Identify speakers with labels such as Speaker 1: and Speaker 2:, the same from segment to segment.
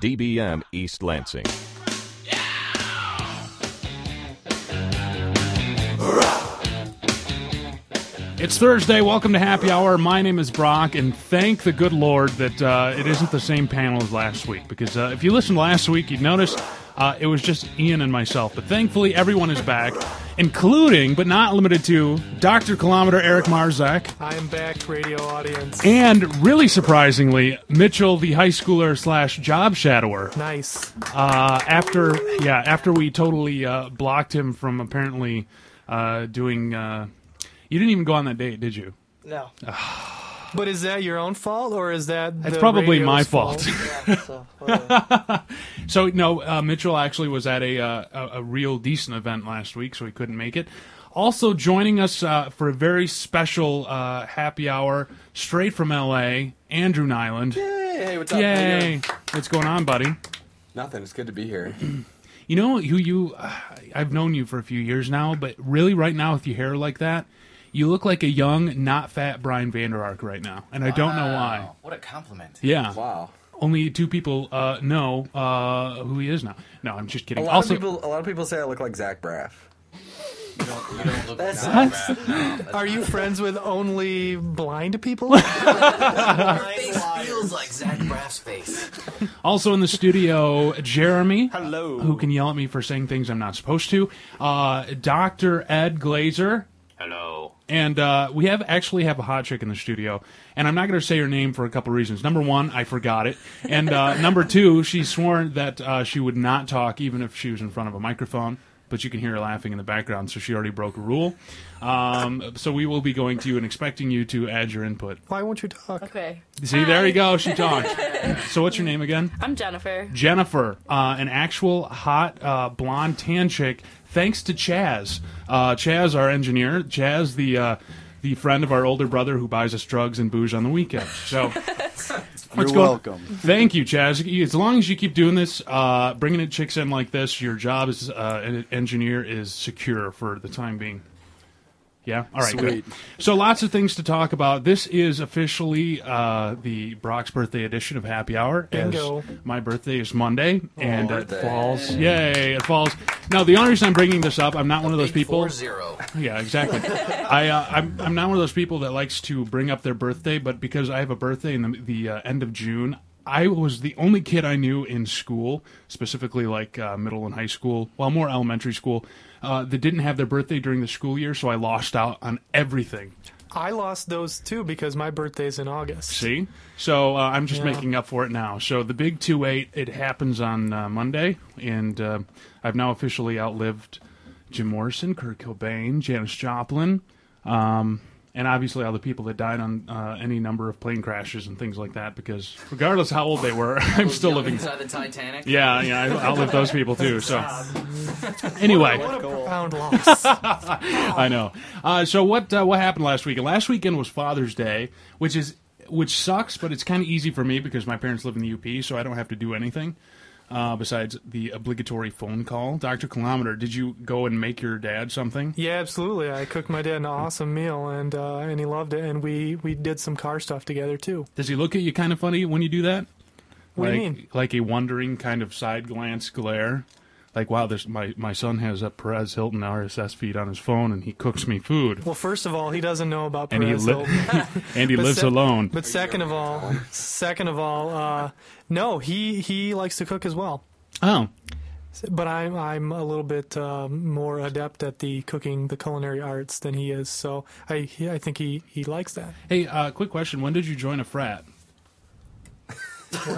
Speaker 1: WDBM East Lansing.
Speaker 2: It's Thursday. Welcome to Happy Hour. My name is Brock, and thank the good Lord that uh, it isn't the same panel as last week. Because uh, if you listened last week, you'd notice uh, it was just Ian and myself. But thankfully, everyone is back, including but not limited to Dr. Kilometer Eric Marzak,
Speaker 3: I'm back, radio audience.
Speaker 2: and really surprisingly, Mitchell, the high schooler slash job shadower.
Speaker 3: Nice.
Speaker 2: Uh, after yeah, after we totally uh, blocked him from apparently uh, doing. Uh, you didn't even go on that date, did you?
Speaker 4: No,
Speaker 3: But is that your own fault or is that
Speaker 2: It's
Speaker 3: the
Speaker 2: probably
Speaker 3: radio's
Speaker 2: my fault.
Speaker 4: yeah, so, whatever.
Speaker 2: so no, uh, Mitchell actually was at a, uh, a a real decent event last week, so he couldn't make it. Also joining us uh, for a very special uh, happy hour, straight from L.A., Andrew Nyland.
Speaker 5: Hey, what's up? How you
Speaker 2: Yay!
Speaker 5: doing?
Speaker 2: What's going on, buddy?
Speaker 5: Nothing. It's good to be here.
Speaker 2: You know who you? Uh, I've known you for a few years now, but really, right now, with your hair like that, you look like a young, not fat Brian Vander Ark right now, and I don't know why.
Speaker 5: Wow, What a compliment.
Speaker 2: Yeah,
Speaker 5: Wow.
Speaker 2: only two people uh, know uh, who he is now. No, I'm just
Speaker 5: A
Speaker 2: kidding.
Speaker 5: lot
Speaker 2: Also,
Speaker 5: of people. A lot of people say I look like Zach Braff.
Speaker 6: You don't, you don't look
Speaker 5: That's-
Speaker 6: that bad. No, that's
Speaker 3: Are you friends with only blind people?
Speaker 6: my face feels like Zach Braff's face.
Speaker 2: also in the studio, Jeremy,
Speaker 5: Hello.
Speaker 2: who can yell at me for saying things I'm not supposed to. Uh, Doctor Ed Glazer.
Speaker 6: Hello.
Speaker 2: and uh, we have actually have a hot chick in the studio, and I'm not going to say her name for a couple reasons. Number one, I forgot it, and uh, number two, she sworn that uh, she would not talk even if she was in front of a microphone. But you can hear her laughing in the background, so she already broke a rule. Um, so we will be going to you and expecting you to add your input.
Speaker 3: Why won't you talk?
Speaker 7: Okay.
Speaker 2: See, there you go. She talked. so what's your name again?
Speaker 7: I'm Jennifer.
Speaker 2: Jennifer, uh, an actual hot uh, blonde tan chick, thanks to Chaz. Uh, Chaz, our engineer, Chaz, the uh, the friend of our older brother who buys us drugs and booze on the weekends. So, you're
Speaker 8: welcome.
Speaker 2: Thank you, Chaz. As long as you keep doing this, uh, bringing in chicks in like this, your job as uh, an engineer is secure for the time being. Yeah. All right.
Speaker 8: Sweet.
Speaker 2: Good. So lots of things to talk about. This is officially uh, the Brock's birthday edition of Happy Hour. as
Speaker 3: Bingo.
Speaker 2: My birthday is Monday, and it
Speaker 5: birthday.
Speaker 2: falls. Yay! It falls. Now the only reason I'm bringing this up, I'm not one of those
Speaker 6: Big
Speaker 2: people.
Speaker 6: Four zero.
Speaker 2: Yeah, exactly. I uh, I'm I'm not one of those people that likes to bring up their birthday, but because I have a birthday in the the uh, end of June. I was the only kid I knew in school, specifically like uh, middle and high school, well, more elementary school, uh, that didn't have their birthday during the school year, so I lost out on everything.
Speaker 3: I lost those too because my birthday's in August.
Speaker 2: See, so uh, I'm just
Speaker 3: Yeah.
Speaker 2: making up for it now. So the big two eight, it happens on uh, Monday, and uh, I've now officially outlived Jim Morrison, Kurt Cobain, Janis Joplin, um, and obviously all the people that died on uh, any number of plane crashes and things like that. Because regardless how old they were, I'm still living.
Speaker 6: inside the Titanic.
Speaker 2: Yeah, yeah, I outlived those people too. So anyway.
Speaker 3: What a profound loss.
Speaker 2: I know. Uh, so what uh, what happened last weekend? Last weekend was Father's Day, which is which sucks, but it's kind of easy for me because my parents live in the UP, so I don't have to do anything uh, besides the obligatory phone call. Doctor Kilometer, did you go and make your dad something?
Speaker 3: yeah, absolutely. I cooked my dad an awesome meal and uh, and he loved it. And we, we did some car stuff together too.
Speaker 2: Does he look at you kind of funny when you do that?
Speaker 3: What
Speaker 2: like,
Speaker 3: do you mean?
Speaker 2: Like a wondering kind of side glance glare. Like wow, this my my son has a Perez Hilton RSS feed on his phone, and he cooks me food,
Speaker 3: Well, first of all, he doesn't know about
Speaker 2: and he
Speaker 3: Perez
Speaker 2: li-
Speaker 3: Hilton.
Speaker 2: and he
Speaker 3: But
Speaker 2: lives
Speaker 3: se-
Speaker 2: alone.
Speaker 3: But second of all, second of all, uh, no, he he likes to cook as well.
Speaker 2: oh,
Speaker 3: But I'm I'm a little bit uh, more adept at the cooking, the culinary arts than he is. So I he, I think he, he likes that.
Speaker 2: Hey, uh, quick question. When did you join a frat?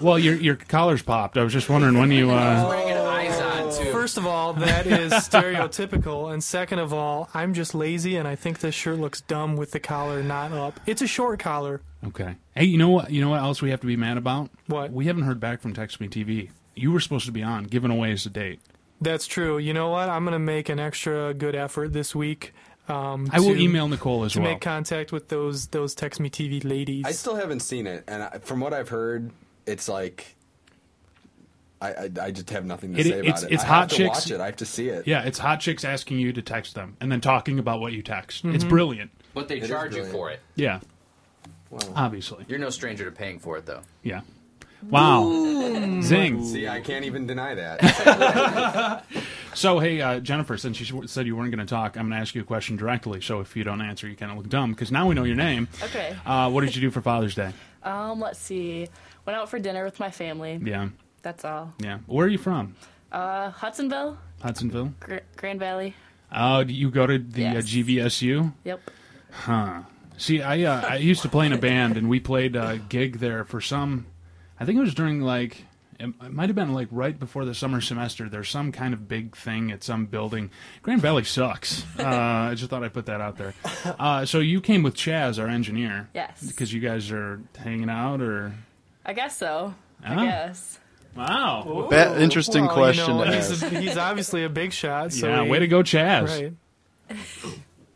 Speaker 2: Well, your your collar's popped. I was just wondering when you. Uh,
Speaker 6: Bring an eyes on too.
Speaker 3: First of all, that is stereotypical, and second of all, I'm just lazy, and I think this shirt looks dumb with the collar not up. It's a short collar.
Speaker 2: okay. Hey, you know what? You know what else we have to be mad about?
Speaker 3: What?
Speaker 2: We haven't heard back from Text Me TV. You were supposed to be on, giving away as a date.
Speaker 3: That's true. You know what? I'm gonna make an extra good effort this week. Um,
Speaker 2: I will
Speaker 3: to-
Speaker 2: email Nicole as
Speaker 3: to
Speaker 2: well.
Speaker 3: make contact with those those text me TV ladies.
Speaker 5: I still haven't seen it, and I, from what I've heard, it's like. I, I, I just have nothing to
Speaker 2: It-
Speaker 5: say about
Speaker 2: it's-
Speaker 5: it.
Speaker 2: it's
Speaker 5: I
Speaker 2: hot
Speaker 5: have to
Speaker 2: chicks-
Speaker 5: watch it. I have to see it.
Speaker 2: yeah, it's hot chicks asking you to text them and then talking about what you text. It's
Speaker 3: Mm-hmm.
Speaker 2: brilliant.
Speaker 6: But they
Speaker 5: is
Speaker 6: charge you
Speaker 5: brilliant.
Speaker 6: for it.
Speaker 2: Yeah,
Speaker 5: Wow.
Speaker 2: obviously.
Speaker 6: You're no stranger to paying for it, though.
Speaker 2: Yeah. Wow. Zing.
Speaker 5: See, I can't even deny that.
Speaker 2: So, hey, uh, Jennifer, since you s- said you weren't going to talk, I'm going to ask you a question directly. So, if you don't answer, you kind of look dumb because now we know your name.
Speaker 1: Okay.
Speaker 2: Uh, what did you do for Father's Day?
Speaker 1: Um, let's see. Went out for dinner with my family.
Speaker 2: Yeah,
Speaker 1: That's all.
Speaker 2: yeah. Where are you from?
Speaker 1: Uh, Hudsonville,
Speaker 2: Hudsonville.
Speaker 1: Gr- Grand Valley.
Speaker 2: Oh, do you go to the uh,
Speaker 1: Yes.
Speaker 2: GVSU?
Speaker 1: Yep.
Speaker 2: See, I uh, I used to play in a band, and we played a gig there for some. I think it was during like it it might have been like right before the summer semester. There's some kind of big thing at some building. Grand Valley sucks. Uh, I just thought I'd put that out there. Uh, so you came with Chaz, our engineer.
Speaker 1: Yes.
Speaker 2: Because you guys are hanging out, or
Speaker 1: I guess so.
Speaker 2: Ah.
Speaker 1: I guess.
Speaker 2: wow,
Speaker 4: That interesting
Speaker 3: Well, you
Speaker 4: question
Speaker 3: know,
Speaker 4: to
Speaker 3: he's,
Speaker 4: ask.
Speaker 3: he's obviously a big shot. So
Speaker 2: yeah,
Speaker 3: he-
Speaker 2: way to go, Chaz.
Speaker 3: Right.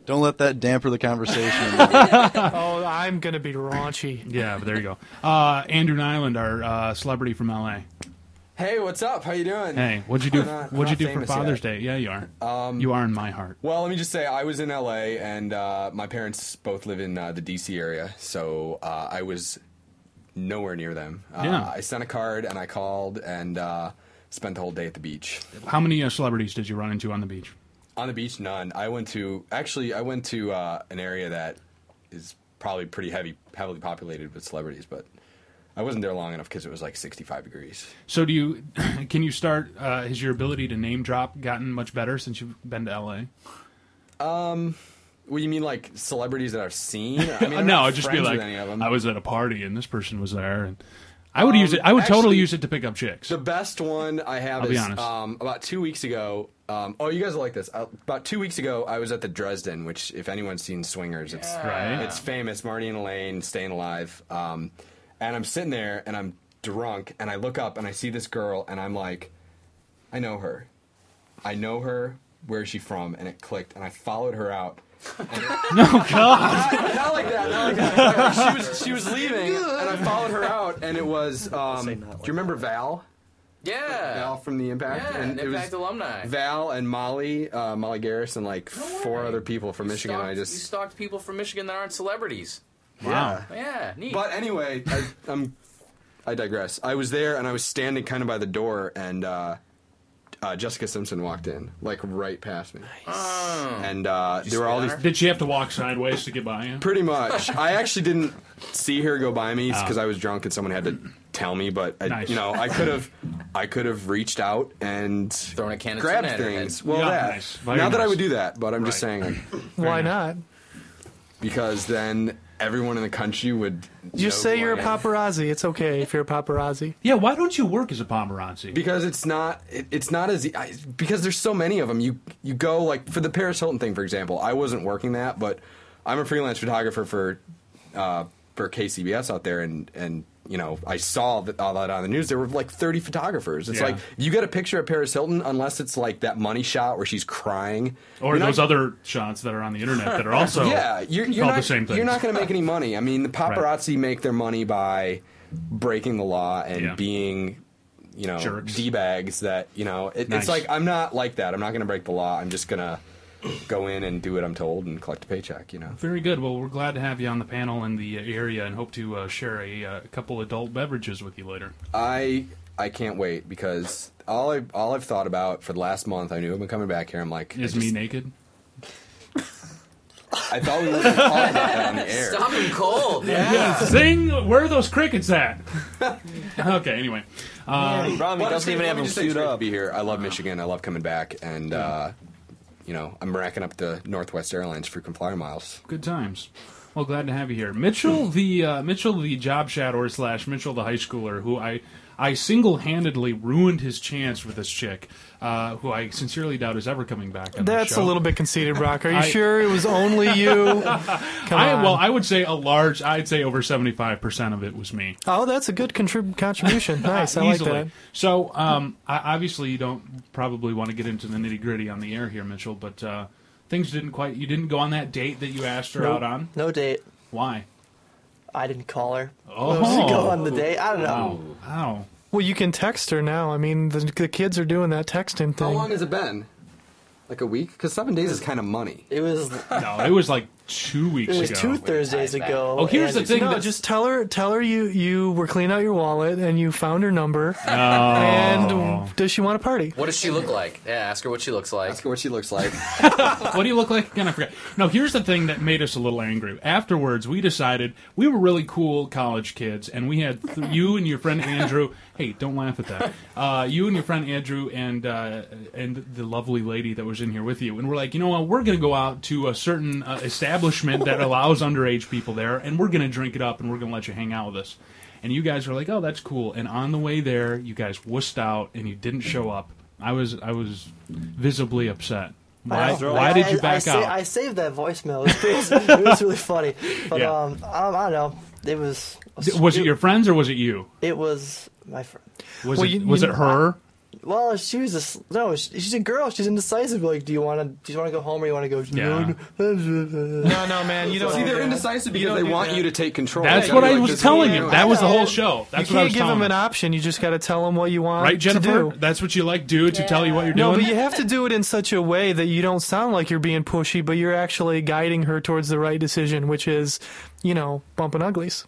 Speaker 4: Don't let that damper the conversation.
Speaker 3: Oh, I'm gonna be raunchy.
Speaker 2: Yeah, but there you go. Uh, Andrew Nyland, our uh, celebrity from LA.
Speaker 5: hey, what's up? How you doing?
Speaker 2: Hey, what'd you do?
Speaker 5: I'm not- I'm
Speaker 2: what'd
Speaker 5: not
Speaker 2: you do for
Speaker 5: famous
Speaker 2: Father's
Speaker 5: yet.
Speaker 2: Day? Yeah, you are. Um, you are in my heart.
Speaker 5: Well, let me just say, I was in LA, and uh, my parents both live in uh, the DC area, so uh, I was nowhere near them. Uh,
Speaker 2: Yeah.
Speaker 5: I sent a card, and I called, and uh, spent the whole day at the beach.
Speaker 2: How many uh, celebrities did you run into on the beach?
Speaker 5: On the beach, none. I went to actually, I went to uh, an area that is probably pretty heavy, heavily populated with celebrities, but I wasn't there long enough because it was like 65 degrees.
Speaker 2: So do you? Can you start? Uh, has your ability to name drop gotten much better since you've been to LA?
Speaker 5: Well, you mean like celebrities that I've seen? I mean, I'm
Speaker 2: Uh, no,
Speaker 5: not
Speaker 2: I'd just be
Speaker 5: friends
Speaker 2: like,
Speaker 5: with any of them. Um,
Speaker 2: I was at a party and this person was there, and I would use it. I would totally
Speaker 5: actually-
Speaker 2: use it to pick up chicks.
Speaker 5: The best one I have
Speaker 2: I'll be
Speaker 5: is
Speaker 2: honest.
Speaker 5: um, about two weeks ago. Um, oh, you guys will like this. Uh, about two weeks ago, I was at the Dresden, which, if anyone's seen Swingers, it's
Speaker 2: Right.
Speaker 5: it's famous. Marty and Elaine, Staying Alive. Um, and I'm sitting there, and I'm drunk, and I look up, and I see this girl, and I'm like, I know her. I know her. Where is she from? And it clicked, and I followed her out. no, God. Not, not like that. Not like that. she, was, she was leaving, and I followed her out, and it was. Um, do
Speaker 7: say
Speaker 5: you
Speaker 7: not like
Speaker 5: remember Val? Val
Speaker 6: Yeah.
Speaker 5: from the Impact.
Speaker 6: Yeah,
Speaker 5: and
Speaker 6: and
Speaker 5: it was
Speaker 6: Impact alumni.
Speaker 5: Val and Molly, uh, Molly Garris, and like four
Speaker 6: way.
Speaker 5: other people from Michigan.
Speaker 6: Stalked-
Speaker 5: I
Speaker 6: you
Speaker 5: just.
Speaker 6: stalked people from Michigan that aren't celebrities.
Speaker 2: Wow.
Speaker 6: Yeah, neat.
Speaker 5: But anyway, I, I'm. I digress. I was there and I was standing kind of by the door, and uh, uh, Jessica Simpson walked in, like right past me. And uh, there were all these.
Speaker 6: spit on
Speaker 2: Oh. Did she have to walk sideways to get by you?
Speaker 5: Pretty much. I actually didn't see her go by me because I was drunk and someone had to tell me. But I,
Speaker 2: Ah. Nice.
Speaker 5: you know, I could have, I could have reached out and
Speaker 6: Thrown a can of
Speaker 5: grabbed
Speaker 6: tuna at her head.
Speaker 5: things. Well,
Speaker 2: Yeah,
Speaker 5: that
Speaker 2: nice.
Speaker 5: not
Speaker 2: Very
Speaker 5: that I
Speaker 2: nice.
Speaker 5: would do that, but I'm just
Speaker 2: Right.
Speaker 5: saying like,
Speaker 3: Why not?
Speaker 5: because then everyone in the country would
Speaker 3: Just
Speaker 5: know
Speaker 3: say
Speaker 5: who
Speaker 3: you're a
Speaker 5: I am.
Speaker 3: paparazzi. It's okay if you're a paparazzi.
Speaker 2: Yeah. Why don't you work as a paparazzi?
Speaker 5: Because it's not, it, it's not as e- I, because there's so many of them. You you go like for the Paris Hilton thing, for example. I wasn't working that, but I'm a freelance photographer for uh, for KCBS out there, and and you know I saw that all that on the news. There were like 30 photographers. It's
Speaker 2: Yeah.
Speaker 5: like you get a picture of Paris Hilton, unless it's like that money shot where she's crying,
Speaker 2: or
Speaker 5: You're
Speaker 2: those
Speaker 5: not-
Speaker 2: other shots that are on the internet that are also
Speaker 5: yeah, you're, you're
Speaker 2: called
Speaker 5: not,
Speaker 2: the same thing.
Speaker 5: You're not going to make any money. I mean, the paparazzi make their money by breaking the law and
Speaker 2: Yeah.
Speaker 5: being, you know,
Speaker 2: Jerks.
Speaker 5: d bags. That you know, it,
Speaker 2: Nice.
Speaker 5: it's like I'm not like that. I'm not going to break the law. I'm just going to go in and do what I'm told and collect a paycheck. You know.
Speaker 2: Very good. Well, we're glad to have you on the panel in the area, and hope to uh, share a uh, couple adult beverages with you later.
Speaker 5: I I can't wait because all I all I've thought about for the last month. I knew I've been coming back here. I'm like, I,
Speaker 2: Is me
Speaker 5: just-
Speaker 2: naked?
Speaker 5: I thought we were going to talk about that on the air.
Speaker 6: Stop and cold. Yeah.
Speaker 2: Zing! Where are those crickets at? okay, anyway.
Speaker 7: he probably
Speaker 5: Well,
Speaker 7: doesn't
Speaker 5: it's great-
Speaker 7: even
Speaker 5: let
Speaker 7: have
Speaker 5: me
Speaker 7: them
Speaker 5: just say it's
Speaker 7: queued
Speaker 5: great to
Speaker 7: up.
Speaker 5: Be here. I love Michigan. I love coming back, and uh, you know I'm racking up the Northwest Airlines frequent flyer miles.
Speaker 2: Good times. Well, glad to have you here, Mitchell.
Speaker 5: Hmm.
Speaker 2: The uh, Mitchell, the job shadower slash Mitchell, the high schooler, who I I single handedly ruined his chance with this chick, uh, who I sincerely doubt is ever coming back. On
Speaker 3: That's
Speaker 2: this
Speaker 3: a
Speaker 2: show.
Speaker 3: little bit conceited, Brock. Are you
Speaker 2: I-
Speaker 3: sure it was only you? Come
Speaker 2: I,
Speaker 3: on.
Speaker 2: well, I would say a large. I'd say over seventy five percent of it was me.
Speaker 3: oh, that's a good contrib- contribution. Nice. I like
Speaker 2: Easily.
Speaker 3: that.
Speaker 2: So, um, I, obviously, you don't probably want to get into the nitty gritty on the air here, Mitchell. But uh, things didn't quite. You didn't go on that date that you asked her out on.
Speaker 7: No date.
Speaker 2: Why?
Speaker 7: I didn't call her.
Speaker 2: Oh.
Speaker 7: She go on the date. I don't know.
Speaker 2: Ow.
Speaker 3: Well, you can text her now. I mean, the, the kids are doing that texting
Speaker 5: How long
Speaker 3: thing.
Speaker 5: has it been? Like a week? Because seven days is kind of money.
Speaker 7: It was
Speaker 2: No, it was like two weeks
Speaker 7: It was
Speaker 2: ago.
Speaker 7: two Thursdays
Speaker 6: Ties back.
Speaker 7: ago.
Speaker 2: Oh, here's the
Speaker 7: and-
Speaker 2: thing.
Speaker 3: No,
Speaker 2: that's-
Speaker 3: just tell her tell her you you were cleaning out your wallet and you found her number.
Speaker 2: Oh.
Speaker 3: And does she want a party?
Speaker 6: What does she look like? Yeah, ask her what she looks like.
Speaker 5: Ask her what she looks like.
Speaker 2: what do you look like again? I forgot. No, here's the thing that made us a little angry. Afterwards, we decided we were really cool college kids, and we had th- you and your friend Andrew. Hey, don't laugh at that. Uh, you and your friend Andrew and uh, and the lovely lady that was in here with you, and we're like, you know what? We're gonna go out to a certain uh, establishment that allows underage people there, and we're gonna drink it up, and we're gonna let you hang out with us. And you guys were like, oh, that's cool. And on the way there, you guys wussed out, and you didn't show up. I was I was visibly upset. Why,
Speaker 7: I-
Speaker 2: why did you
Speaker 7: I, I,
Speaker 2: back
Speaker 7: sa-
Speaker 2: out?
Speaker 7: I saved that voicemail. It was, it was really funny. But
Speaker 2: Yeah.
Speaker 7: um, um, I don't know. It was.
Speaker 2: D- was it your friends or was it you?
Speaker 7: It was my friend.
Speaker 2: Was
Speaker 3: Well,
Speaker 2: it
Speaker 3: you-
Speaker 2: was
Speaker 3: you-
Speaker 2: it her?
Speaker 7: Well, she was just no. she- She's a girl. She's indecisive. Like, do you want to? Do you want to go home or you want to go?
Speaker 2: Yeah.
Speaker 3: No, no, man. You don't
Speaker 5: See,
Speaker 3: do
Speaker 5: they're
Speaker 3: that.
Speaker 5: indecisive
Speaker 3: don't
Speaker 5: because they
Speaker 3: do
Speaker 5: want
Speaker 3: that.
Speaker 5: you to take control.
Speaker 2: That's
Speaker 5: They
Speaker 2: what
Speaker 5: gotta be
Speaker 2: I
Speaker 5: like,
Speaker 2: was
Speaker 5: this is
Speaker 2: telling
Speaker 5: what
Speaker 2: you.
Speaker 5: do.
Speaker 2: That was the
Speaker 7: know.
Speaker 2: whole show.
Speaker 3: You
Speaker 2: That's what I
Speaker 3: can't
Speaker 2: was
Speaker 3: give
Speaker 2: telling
Speaker 3: them an
Speaker 2: you.
Speaker 3: option. You just got to tell them what you want
Speaker 2: Right,
Speaker 3: to
Speaker 2: Jennifer?
Speaker 3: do.
Speaker 2: That's what you like do to tell you what you're
Speaker 3: No,
Speaker 2: doing.
Speaker 3: but you have to do it in such a way that you don't sound like you're being pushy, but you're actually guiding her towards the right decision, which is, you know, bumping uglies.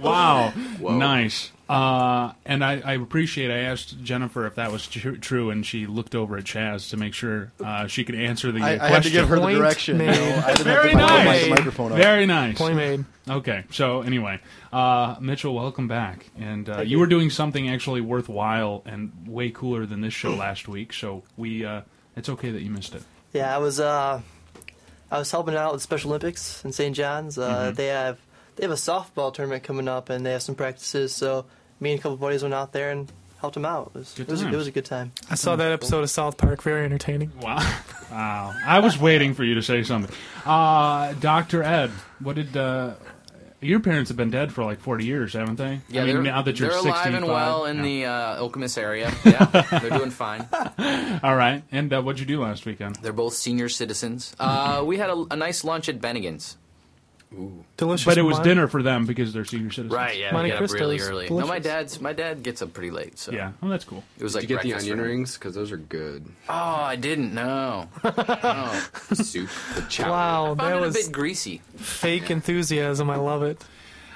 Speaker 2: Wow, nice. Uh, and I, I appreciate. I asked Jennifer if that was tr- true, and she looked over at Chaz to make sure uh, she could answer the uh,
Speaker 4: I,
Speaker 2: question.
Speaker 4: I had to give her the
Speaker 3: Point
Speaker 4: direction. you know.
Speaker 3: made.
Speaker 4: I didn't
Speaker 2: Very
Speaker 4: have to put
Speaker 2: nice.
Speaker 4: my microphone up.
Speaker 2: Very nice.
Speaker 3: Point made.
Speaker 2: Okay, so anyway, uh, Mitchell, welcome back, and uh, you were doing something actually worthwhile and way cooler than this show last week. So we, uh, it's okay that you missed it.
Speaker 7: Yeah, I was uh, I was helping out with Special Olympics in St. John's. Uh, They have they have a softball tournament coming up, and they have some practices. So me and a couple buddies went out there and helped them out. It was
Speaker 2: Good
Speaker 7: it was, a-
Speaker 2: times.
Speaker 7: it was a good time.
Speaker 3: I saw that episode of South Park. Very entertaining.
Speaker 2: Wow, wow! Uh, I was waiting for you to say something, uh, Doctor Ed. What did uh, your parents have been dead for like forty years, haven't they? I mean,
Speaker 6: they're,
Speaker 2: now that you're
Speaker 6: they're
Speaker 2: 65,
Speaker 6: alive and well in
Speaker 2: yeah.
Speaker 6: the uh, Okemos area. Yeah, they're doing fine.
Speaker 2: All right, and uh, what'd you do last weekend?
Speaker 6: They're both senior citizens. Uh, we had a, a nice lunch at Bennigan's.
Speaker 3: Delicious.
Speaker 2: But it was
Speaker 3: wine.
Speaker 2: dinner for them because they're senior citizens.
Speaker 6: yeah,
Speaker 3: Monte
Speaker 6: we got up really
Speaker 3: Cristo's
Speaker 6: early. No,
Speaker 3: delicious.
Speaker 6: my dad's my dad gets up pretty late. So
Speaker 2: Yeah. Well, that's cool.
Speaker 6: it was
Speaker 5: Did
Speaker 6: like
Speaker 5: you get the
Speaker 6: breakfast for
Speaker 5: onion
Speaker 6: him.
Speaker 5: rings? Because those are good.
Speaker 6: Oh, I didn't know. No.
Speaker 5: Soup, the chowder.
Speaker 3: Wow,
Speaker 6: Found
Speaker 3: that
Speaker 6: it
Speaker 3: was
Speaker 6: a bit greasy.
Speaker 3: fake enthusiasm. I love it.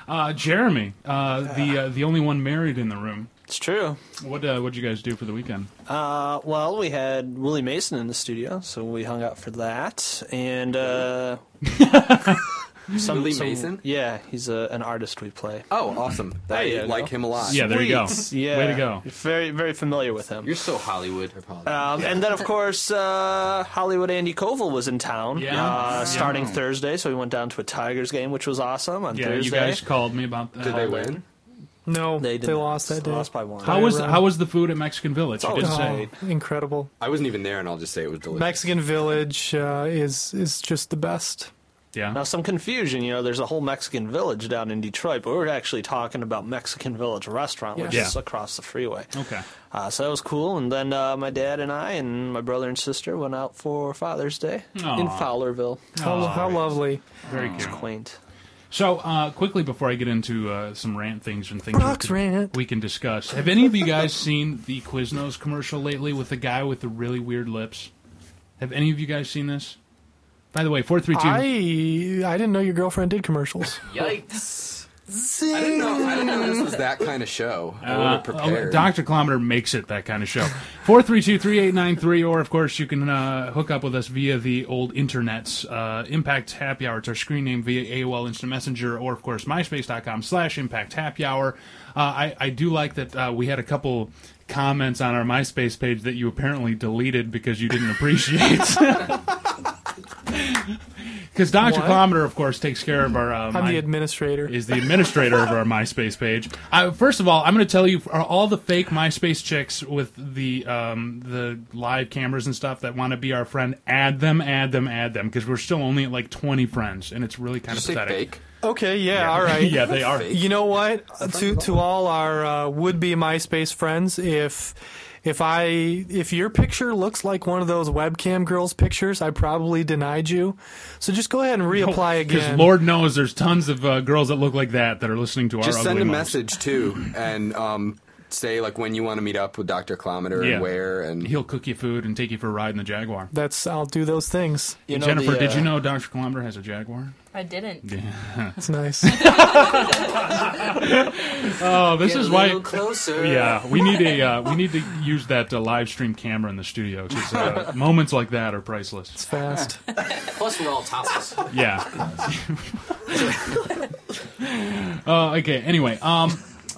Speaker 2: Uh, Jeremy, uh, the uh, the only one married in the room.
Speaker 8: It's true.
Speaker 2: What uh, what'd you guys do for the weekend?
Speaker 8: Uh, well, we had Willie Mason in the studio, so we hung out for that. And uh, some,
Speaker 5: Willie
Speaker 8: some-
Speaker 5: Mason?
Speaker 8: Yeah, he's a, an artist we play.
Speaker 5: Oh, awesome. I
Speaker 8: Hey, you
Speaker 5: like
Speaker 8: know.
Speaker 5: him a lot.
Speaker 2: Yeah, there you go.
Speaker 8: Sweet. Yeah,
Speaker 2: Way to go.
Speaker 8: Very, very familiar with him.
Speaker 6: You're so Hollywood.
Speaker 2: Uh,
Speaker 8: Um, And then, of course, uh, Hollywood Andy Koval was in town
Speaker 2: Yeah.
Speaker 8: uh,
Speaker 2: Yeah.
Speaker 8: starting Thursday, so we went down to a Tigers game, which was awesome on
Speaker 2: Yeah,
Speaker 8: Thursday.
Speaker 2: you guys called me about that.
Speaker 5: Did they win?
Speaker 3: No,
Speaker 8: They,
Speaker 3: they,
Speaker 8: did not.
Speaker 3: lost that day.
Speaker 8: Lost by one.
Speaker 2: How was
Speaker 3: Ryan.
Speaker 2: how was the food at Mexican Village? You
Speaker 8: always
Speaker 2: didn't say.
Speaker 3: Oh, incredible.
Speaker 5: I wasn't even there, and I'll just say it was delicious.
Speaker 3: Mexican Village uh, is is just the best.
Speaker 2: Yeah.
Speaker 8: Now, some confusion. You know, there's a whole Mexican village down in Detroit, but we were actually talking about Mexican Village Restaurant, which
Speaker 2: Yes.
Speaker 8: is
Speaker 2: Yeah.
Speaker 8: across the freeway.
Speaker 2: Okay.
Speaker 8: Uh, so that was cool. And then uh, my dad and I and my brother and sister went out for Father's Day in
Speaker 2: Aw.
Speaker 8: Fowlerville.
Speaker 3: How,
Speaker 2: Oh,
Speaker 3: how lovely.
Speaker 2: Very cute.
Speaker 8: Quaint.
Speaker 2: So, uh, quickly before I get into uh, some rant things and things
Speaker 3: Brock's
Speaker 2: we, can,
Speaker 3: rant.
Speaker 2: we can discuss, have any of you guys seen the Quiznos commercial lately with the guy with the really weird lips? Have any of you guys seen this? By the way, four three two.
Speaker 3: I I didn't know your girlfriend did commercials.
Speaker 6: Yikes.
Speaker 5: I didn't know. I didn't know this was that kind of show. I
Speaker 2: Uh,
Speaker 5: wasn't prepared.
Speaker 2: Dr. Kilometer makes it that kind of show. 432-3893, or of course you can uh, hook up with us via the old internets. Uh, Impact Happy Hour, it's our screen name via AOL Instant Messenger, or of course myspace.com slash Impact Happy Hour. Uh, I, I do like that uh, we had a couple comments on our MySpace page that you apparently deleted because you didn't appreciate. Because Dr.
Speaker 3: What?
Speaker 2: Kilometer, of course, takes care of our... Uh,
Speaker 3: I'm the
Speaker 2: my-
Speaker 3: administrator.
Speaker 2: is the administrator of our MySpace page. I, first of all, I'm going to tell you are all the fake MySpace chicks with the um, the live cameras and stuff that want to be our friend. Add them, add them, add them, because we're still only at like 20 friends, and it's really kind
Speaker 5: Did
Speaker 2: of
Speaker 5: you say
Speaker 2: pathetic.
Speaker 5: fake?
Speaker 3: Okay, yeah, all right.
Speaker 2: yeah, they are.
Speaker 3: You know what? To to all our uh, would be MySpace friends, if if I if your picture looks like one of those webcam girls pictures, I probably denied you. So just go ahead and reapply
Speaker 2: Because
Speaker 3: again.
Speaker 2: Lord knows there's tons of uh, girls that look like that that are listening to our
Speaker 5: Just
Speaker 2: ugly
Speaker 5: send a
Speaker 2: moms.
Speaker 5: message too, and um, say like when you want to meet up with Doctor Kilometer
Speaker 2: Yeah.
Speaker 5: and where, and
Speaker 2: He'll cook you food and take you for a ride in the Jaguar.
Speaker 3: That's I'll do those things.
Speaker 8: You know
Speaker 2: Jennifer,
Speaker 8: the,
Speaker 2: did you
Speaker 8: uh,
Speaker 2: know Dr. Kilometer has a Jaguar?
Speaker 1: I didn't.
Speaker 3: It's nice.
Speaker 2: Oh, this
Speaker 6: Get
Speaker 2: is
Speaker 6: a
Speaker 2: why.
Speaker 6: little closer.
Speaker 2: Yeah, we need a uh, we need to use that uh, live stream camera in the studio 'cause, uh, moments like that are priceless.
Speaker 3: It's fast.
Speaker 6: Plus, we're all topless.
Speaker 2: Yeah. uh, okay. Anyway, um,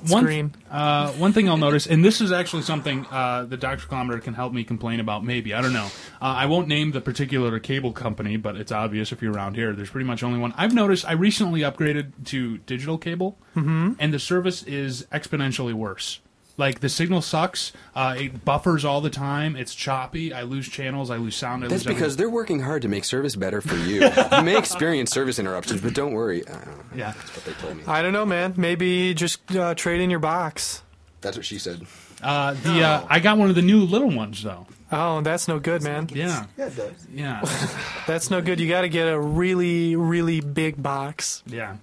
Speaker 2: one
Speaker 3: green.
Speaker 2: Uh, one thing I'll notice, and this is actually something uh, the Doctor Kilometer can help me complain about. Maybe I don't know. Uh, I won't name the particular cable company, but it's obvious if you're around here. There's pretty much only one. I've noticed. I recently upgraded to digital cable, and the service is exponentially worse. Like the signal sucks. Uh, it buffers all the time. It's choppy. I lose channels. I lose sound. I lose
Speaker 5: that's
Speaker 2: everything.
Speaker 5: because they're working hard to make service better for you. you may experience service interruptions, but don't worry. I don't know.
Speaker 2: yeah.
Speaker 5: That's what they told me.
Speaker 3: I don't know, man. Maybe just uh, trade in your box.
Speaker 5: That's what she said.
Speaker 2: Uh, the uh, I got one of the new little ones though.
Speaker 3: Oh, that's no good, man.
Speaker 2: Yeah.
Speaker 6: Yeah, it does.
Speaker 2: Yeah.
Speaker 3: That's no good. You got to get a really, really big box.
Speaker 2: Yeah.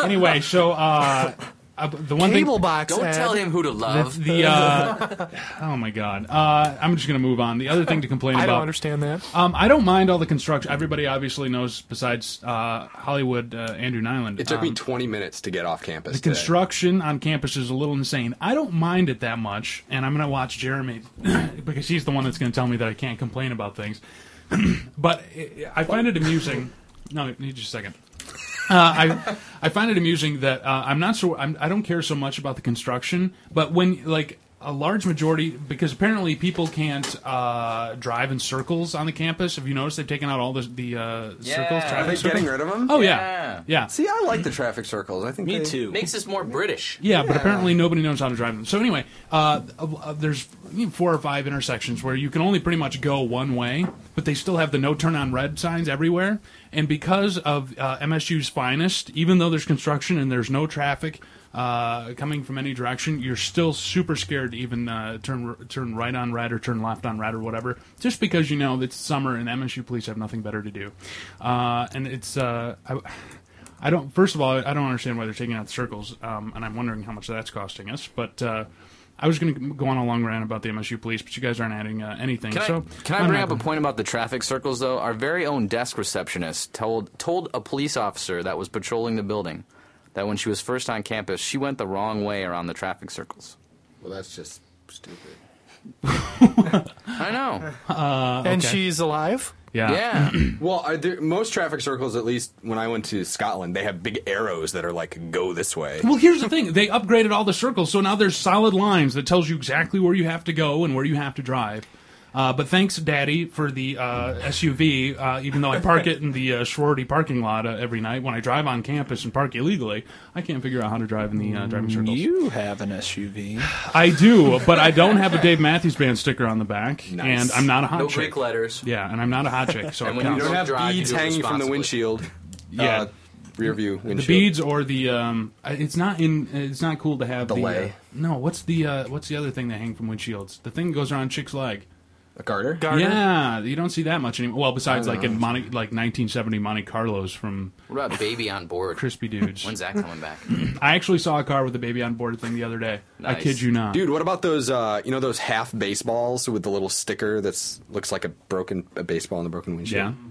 Speaker 2: Anyway, so uh, uh, the one
Speaker 3: Cable
Speaker 2: thing.
Speaker 3: box.
Speaker 6: Don't
Speaker 3: Ed.
Speaker 6: tell him who to love.
Speaker 2: The uh, oh my god! Uh, I'm just gonna move on. The other thing to complain
Speaker 3: I
Speaker 2: about.
Speaker 3: don't understand that.
Speaker 2: Um, I don't mind all the construction. Everybody obviously knows. Besides uh, Hollywood, uh, Andrew Nyland.
Speaker 5: It took
Speaker 2: um,
Speaker 5: me 20 minutes to get off campus.
Speaker 2: the
Speaker 5: today.
Speaker 2: construction on campus is a little insane. I don't mind it that much, and I'm going to watch Jeremy because he's the one that's going to tell me that I can't complain about things. but i I find it amusing. No, need just a second. Uh, I I find it amusing that uh, I'm not so I'm, I don't care so much about the construction, but when like a large majority because apparently people can't uh, drive in circles on the campus. Have you noticed they've taken out all the the uh, circles?
Speaker 6: Yeah.
Speaker 5: Are they
Speaker 2: Traffic circles?
Speaker 5: getting rid of them?
Speaker 2: oh yeah,
Speaker 6: Yeah.
Speaker 2: yeah.
Speaker 5: See, I like the traffic circles. I think
Speaker 8: Me
Speaker 5: they-
Speaker 8: too.
Speaker 6: Makes us more British.
Speaker 2: Yeah, but apparently nobody knows how to drive them. So anyway, uh, uh, there's you know, four or five intersections where you can only pretty much go one way, but they still have the no turn on red signs everywhere. And because of uh, MSU's finest, even though there's construction and there's no traffic uh, coming from any direction, you're still super scared to even uh, turn turn right on red or turn left on red or whatever, just because you know it's summer and MSU police have nothing better to do. Uh, and it's uh, I, I don't. First of all, I don't understand why they're taking out circles, um, and I'm wondering how much that's costing us. But uh, I was going to go on a long rant about the MSU police, but you guys aren't adding uh, anything.
Speaker 6: Can,
Speaker 2: so
Speaker 6: I, can I
Speaker 2: I'm
Speaker 6: bring
Speaker 2: not
Speaker 6: up a
Speaker 2: gonna-
Speaker 6: point about the traffic circles, though? Our very own desk receptionist told told a police officer that was patrolling the building that when she was first on campus, she went the wrong way around the traffic circles.
Speaker 5: Well, that's just stupid.
Speaker 6: I know.
Speaker 2: okay.
Speaker 3: And she's alive.
Speaker 2: Yeah.
Speaker 6: Yeah.
Speaker 5: Well, are there, most traffic circles, at least when I went to Scotland, they have big arrows that are like "go this way."
Speaker 2: Well, here's the thing. They upgraded all the circles, so now there's solid lines that tells you exactly where you have to go and where you have to drive. Uh, but thanks, Daddy, for the uh, SUV. Uh, even though I park it in the uh, sorority parking lot uh, every night when I drive on campus and park illegally, I can't figure out how to drive in the uh, driving circles.
Speaker 8: You have an SUV.
Speaker 2: I do, but I don't have a Dave Matthews Band sticker on the back,
Speaker 5: Nice.
Speaker 2: and I'm not a hot
Speaker 6: no
Speaker 2: chick.
Speaker 6: Greek letters.
Speaker 2: Yeah, and I'm not a hot chick, so
Speaker 6: And
Speaker 2: it
Speaker 6: when you
Speaker 2: counts.
Speaker 5: You don't have
Speaker 6: Drive, you
Speaker 5: beads
Speaker 6: do it
Speaker 5: hanging from the
Speaker 6: responsibly.
Speaker 5: windshield.
Speaker 2: Yeah.
Speaker 5: Uh, rear view windshield.
Speaker 2: the beads or the um, I- it's not in. It's not cool to have the,
Speaker 5: Delay.
Speaker 2: uh, no, what's the uh, what's the other thing that hang from windshields? The thing that goes around chick's leg.
Speaker 5: A garter.
Speaker 3: Garter.
Speaker 2: Yeah, you don't see that much anymore. Well, besides like
Speaker 6: Uh-huh.
Speaker 2: in Monte, like 1970 Monte Carlos from
Speaker 6: What about baby on board?
Speaker 2: Crispy Dudes.
Speaker 6: When's that coming back?
Speaker 2: I actually saw a car with a baby on board thing the other day. I
Speaker 6: Nice.
Speaker 2: kid you not.
Speaker 5: Dude, what about those? Uh, you know those half baseballs with the little sticker that's looks like a broken a baseball on the broken windshield.
Speaker 2: Yeah.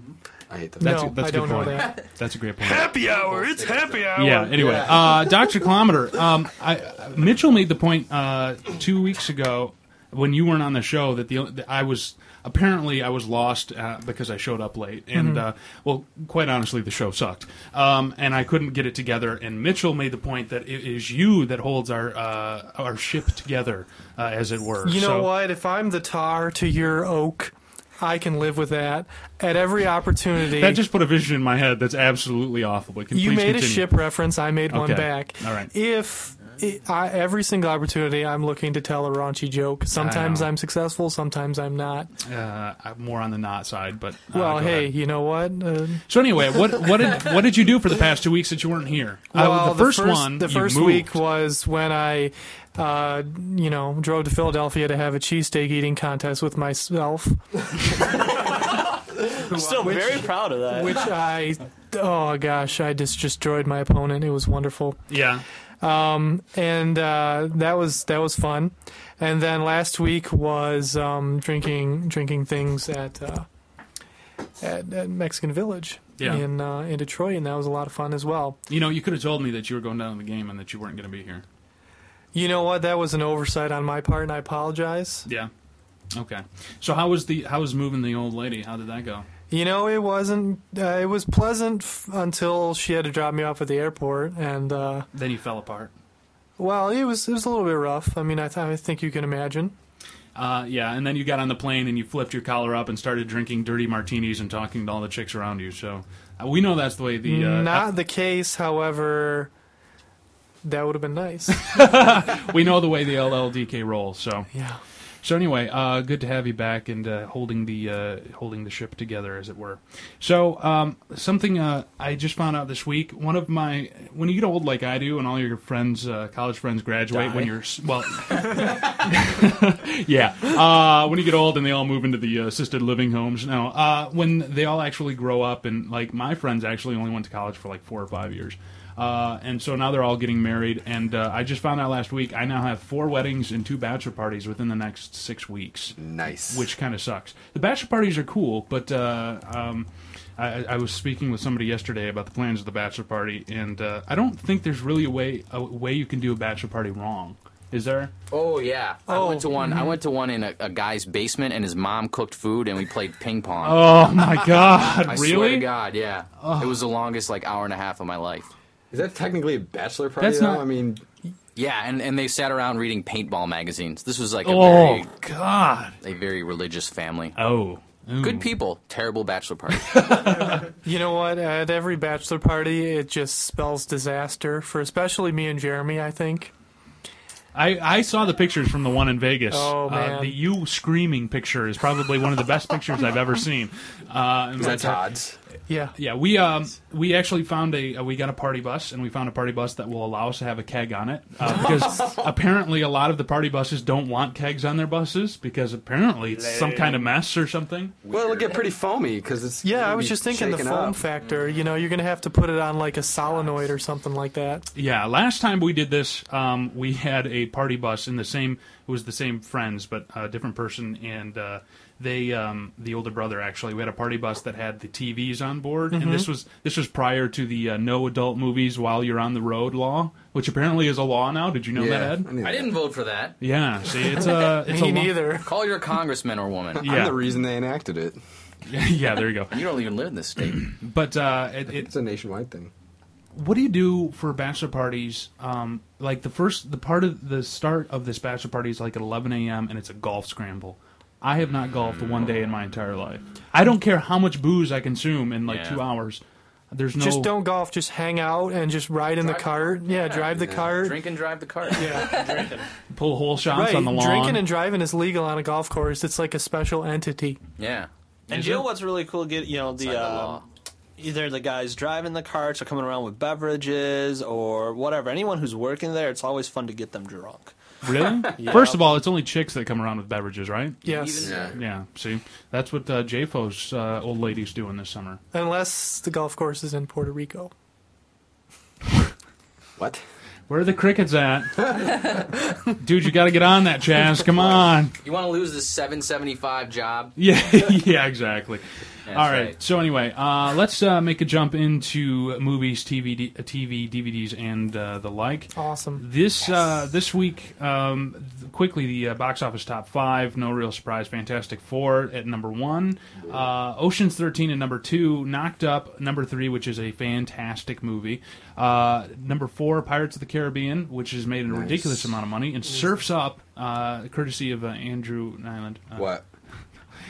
Speaker 5: I hate those.
Speaker 2: That's
Speaker 3: No,
Speaker 2: a, that's
Speaker 3: I
Speaker 2: a good
Speaker 3: don't know
Speaker 2: point.
Speaker 3: that.
Speaker 2: That's a great point.
Speaker 3: Happy hour. It's happy hour.
Speaker 2: Yeah. Anyway, Uh, Doctor Kilometer. Um, I, Mitchell made the point uh, two weeks ago when you weren't on the show that the that I was apparently I was lost uh, because I showed up late and
Speaker 3: Mm-hmm.
Speaker 2: uh, well, quite honestly, the show sucked um, and I couldn't get it together. And Mitchell made the point that it is you that holds our uh, our ship together, uh, as it were.
Speaker 3: You know
Speaker 2: So-
Speaker 3: what? If I'm the tar to your oak, I can live with that. At every opportunity,
Speaker 2: That just put a vision in my head that's absolutely awful. But can
Speaker 3: you
Speaker 2: please
Speaker 3: made a
Speaker 2: continue.
Speaker 3: ship reference. I made one
Speaker 2: Okay.
Speaker 3: back.
Speaker 2: All right.
Speaker 3: If i I, every single opportunity, I'm looking to tell a raunchy joke. Sometimes
Speaker 2: know.
Speaker 3: I'm successful. Sometimes I'm not.
Speaker 2: Uh, I'm more on the not side, but uh,
Speaker 3: Well,
Speaker 2: go
Speaker 3: hey,
Speaker 2: ahead.
Speaker 3: you know what? Uh,
Speaker 2: So anyway, what what did what did you do for the past two weeks that you weren't here? Uh,
Speaker 3: well,
Speaker 2: the first one,
Speaker 3: the
Speaker 2: you
Speaker 3: first
Speaker 2: moved.
Speaker 3: week was when I, uh, you know, drove to Philadelphia to have a cheesesteak eating contest with myself.
Speaker 8: Still very proud of that.
Speaker 3: which I oh gosh, I just destroyed my opponent. It was wonderful.
Speaker 2: Yeah.
Speaker 3: Um, and uh, that was that was fun. And then last week was um, drinking drinking things at, uh, at at Mexican Village
Speaker 2: Yeah.
Speaker 3: in uh, in Detroit, and that was a lot of fun as well.
Speaker 2: You know, you could have told me that you were going down to the game and that you weren't going to be here.
Speaker 3: You know what? That was an oversight on my part, and I apologize.
Speaker 2: Yeah. Okay. So how was the how was moving the old lady? How did that go?
Speaker 3: You know, it wasn't. Uh, it was pleasant f- until she had to drop me off at the airport, and uh,
Speaker 2: Then you fell apart.
Speaker 3: well, it was it was a little bit rough. I mean, I, th- I think you can imagine.
Speaker 2: Uh, yeah, and then you got on the plane and you flipped your collar up and started drinking dirty martinis and talking to all the chicks around you. So uh, we know that's the way the uh,
Speaker 3: Not the case, however. That would have been nice.
Speaker 2: we know the way the LLDK rolls. So
Speaker 3: yeah.
Speaker 2: so anyway, uh, good to have you back and uh, holding the uh, holding the ship together, as it were. So um, something uh, I just found out this week. One of my when you get old like I do, and all your friends, uh, college friends, graduate
Speaker 8: Die.
Speaker 2: when you're s- well, yeah. Uh, when you get old and they all move into the uh, assisted living homes. No, uh, when they all actually grow up and like my friends actually only went to college for like four or five years. Uh, and so now they're all getting married, and uh, I just found out last week I now have four weddings and two bachelor parties within the next six weeks
Speaker 5: Nice.
Speaker 2: which kind of sucks. The bachelor parties are cool, but uh, um, I, I was speaking with somebody yesterday about the plans of the bachelor party, and uh, I don't think there's really a way a way you can do a bachelor party wrong. Is there?
Speaker 6: Oh yeah, I went to one. I went to one in a, a guy's basement, and his mom cooked food, and we played ping pong.
Speaker 2: Oh my god!
Speaker 6: I
Speaker 2: really?
Speaker 6: swear to God, yeah. It was the longest like hour and a half of my life.
Speaker 5: Is that technically a bachelor party?
Speaker 2: That's
Speaker 5: though?
Speaker 2: not-
Speaker 5: I mean,
Speaker 6: Yeah, and, and they sat around reading paintball magazines. This was like a
Speaker 2: Oh god!
Speaker 6: very a very religious family.
Speaker 2: Oh. Ooh.
Speaker 6: Good people, terrible bachelor party.
Speaker 3: You know what? At every bachelor party, it just spells disaster for especially me and Jeremy. I think.
Speaker 2: I, I saw the pictures from the one in Vegas.
Speaker 3: Oh,
Speaker 2: Uh,
Speaker 3: man.
Speaker 2: the you screaming picture is probably one of the best pictures I've ever seen. Uh,
Speaker 5: is that Todd's?
Speaker 3: Yeah.
Speaker 2: Yeah, we um we actually found a uh, we got a party bus and we found a party bus that will allow us to have a keg on it uh, because apparently a lot of the party buses don't want kegs on their buses because apparently it's some kind of mess or something.
Speaker 5: Well, it'll get pretty foamy because it's.
Speaker 3: Yeah, I
Speaker 5: it'll
Speaker 3: was
Speaker 5: be
Speaker 3: just thinking the
Speaker 5: shaken
Speaker 3: foam
Speaker 5: up.
Speaker 3: factor. You know, you're gonna have to put it on like a solenoid or something like that.
Speaker 2: Yeah, last time we did this, um, we had a party bus in the same. It was the same friends, but a different person, and uh, they, um, the older brother, actually. We had a party bus that had the TVs on board, and
Speaker 3: Mm-hmm.
Speaker 2: this was this was prior to the uh, no adult movies while you're on the road law, which apparently is a law now. Did you know that, Ed?
Speaker 5: I knew
Speaker 6: I
Speaker 5: that.
Speaker 6: didn't vote for that.
Speaker 2: Yeah, see, it's a it's a
Speaker 3: Me
Speaker 2: long-
Speaker 3: neither.
Speaker 6: Call your congressman or woman.
Speaker 2: Yeah,
Speaker 5: I'm the reason they enacted it.
Speaker 2: yeah, there you go.
Speaker 6: You don't even live in this state.
Speaker 2: But uh, it, it,
Speaker 5: It's a nationwide thing.
Speaker 2: what do you do for bachelor parties? Um, like the first, the part of the start of this bachelor party is like at 11 a.m. and it's a golf scramble. I have not golfed one day in my entire life. I don't care how much booze I consume in like
Speaker 6: Yeah.
Speaker 2: two hours. There's no
Speaker 3: Just don't golf. Just hang out and just ride in the
Speaker 6: Drive-
Speaker 3: cart. Yeah, drive the cart.
Speaker 6: Drink and drive the cart.
Speaker 2: pull hole shots
Speaker 3: Right,
Speaker 2: on the lawn.
Speaker 3: drinking and driving is legal on a golf course. It's like a special entity.
Speaker 6: Yeah.
Speaker 8: And you know what's really cool? Get you know
Speaker 6: It's
Speaker 8: the,
Speaker 6: like the
Speaker 8: um,
Speaker 6: law.
Speaker 8: either the guys driving the carts or coming around with beverages or whatever. Anyone who's working there, it's always fun to get them drunk.
Speaker 2: really? First of all, it's only chicks that come around with beverages, right?
Speaker 3: Yes,
Speaker 5: Yeah.
Speaker 2: Yeah. See, that's what uh, JFO's uh, old ladies doing this summer.
Speaker 3: unless the golf course is in Puerto Rico.
Speaker 5: What?
Speaker 2: Where are the crickets at? Dude, you got to get on that, Chaz. Come on.
Speaker 6: You want to lose this 775 job?
Speaker 2: Yeah, yeah, exactly.
Speaker 6: That's
Speaker 2: All right. So anyway, uh, let's uh, make a jump into movies, TV, D- TV, DVDs, and uh, the like.
Speaker 3: Awesome.
Speaker 2: This uh, this week, um, th- quickly the uh, box office top five. No real surprise. Fantastic Four at number one. Uh, Ocean's Thirteen at number two. Knocked Up number three, which is a fantastic movie. Uh, number four, Pirates of the Caribbean, which has made a ridiculous amount of money, and Surfs Up, uh, courtesy of uh, Andrew Nyland. Uh,
Speaker 5: What?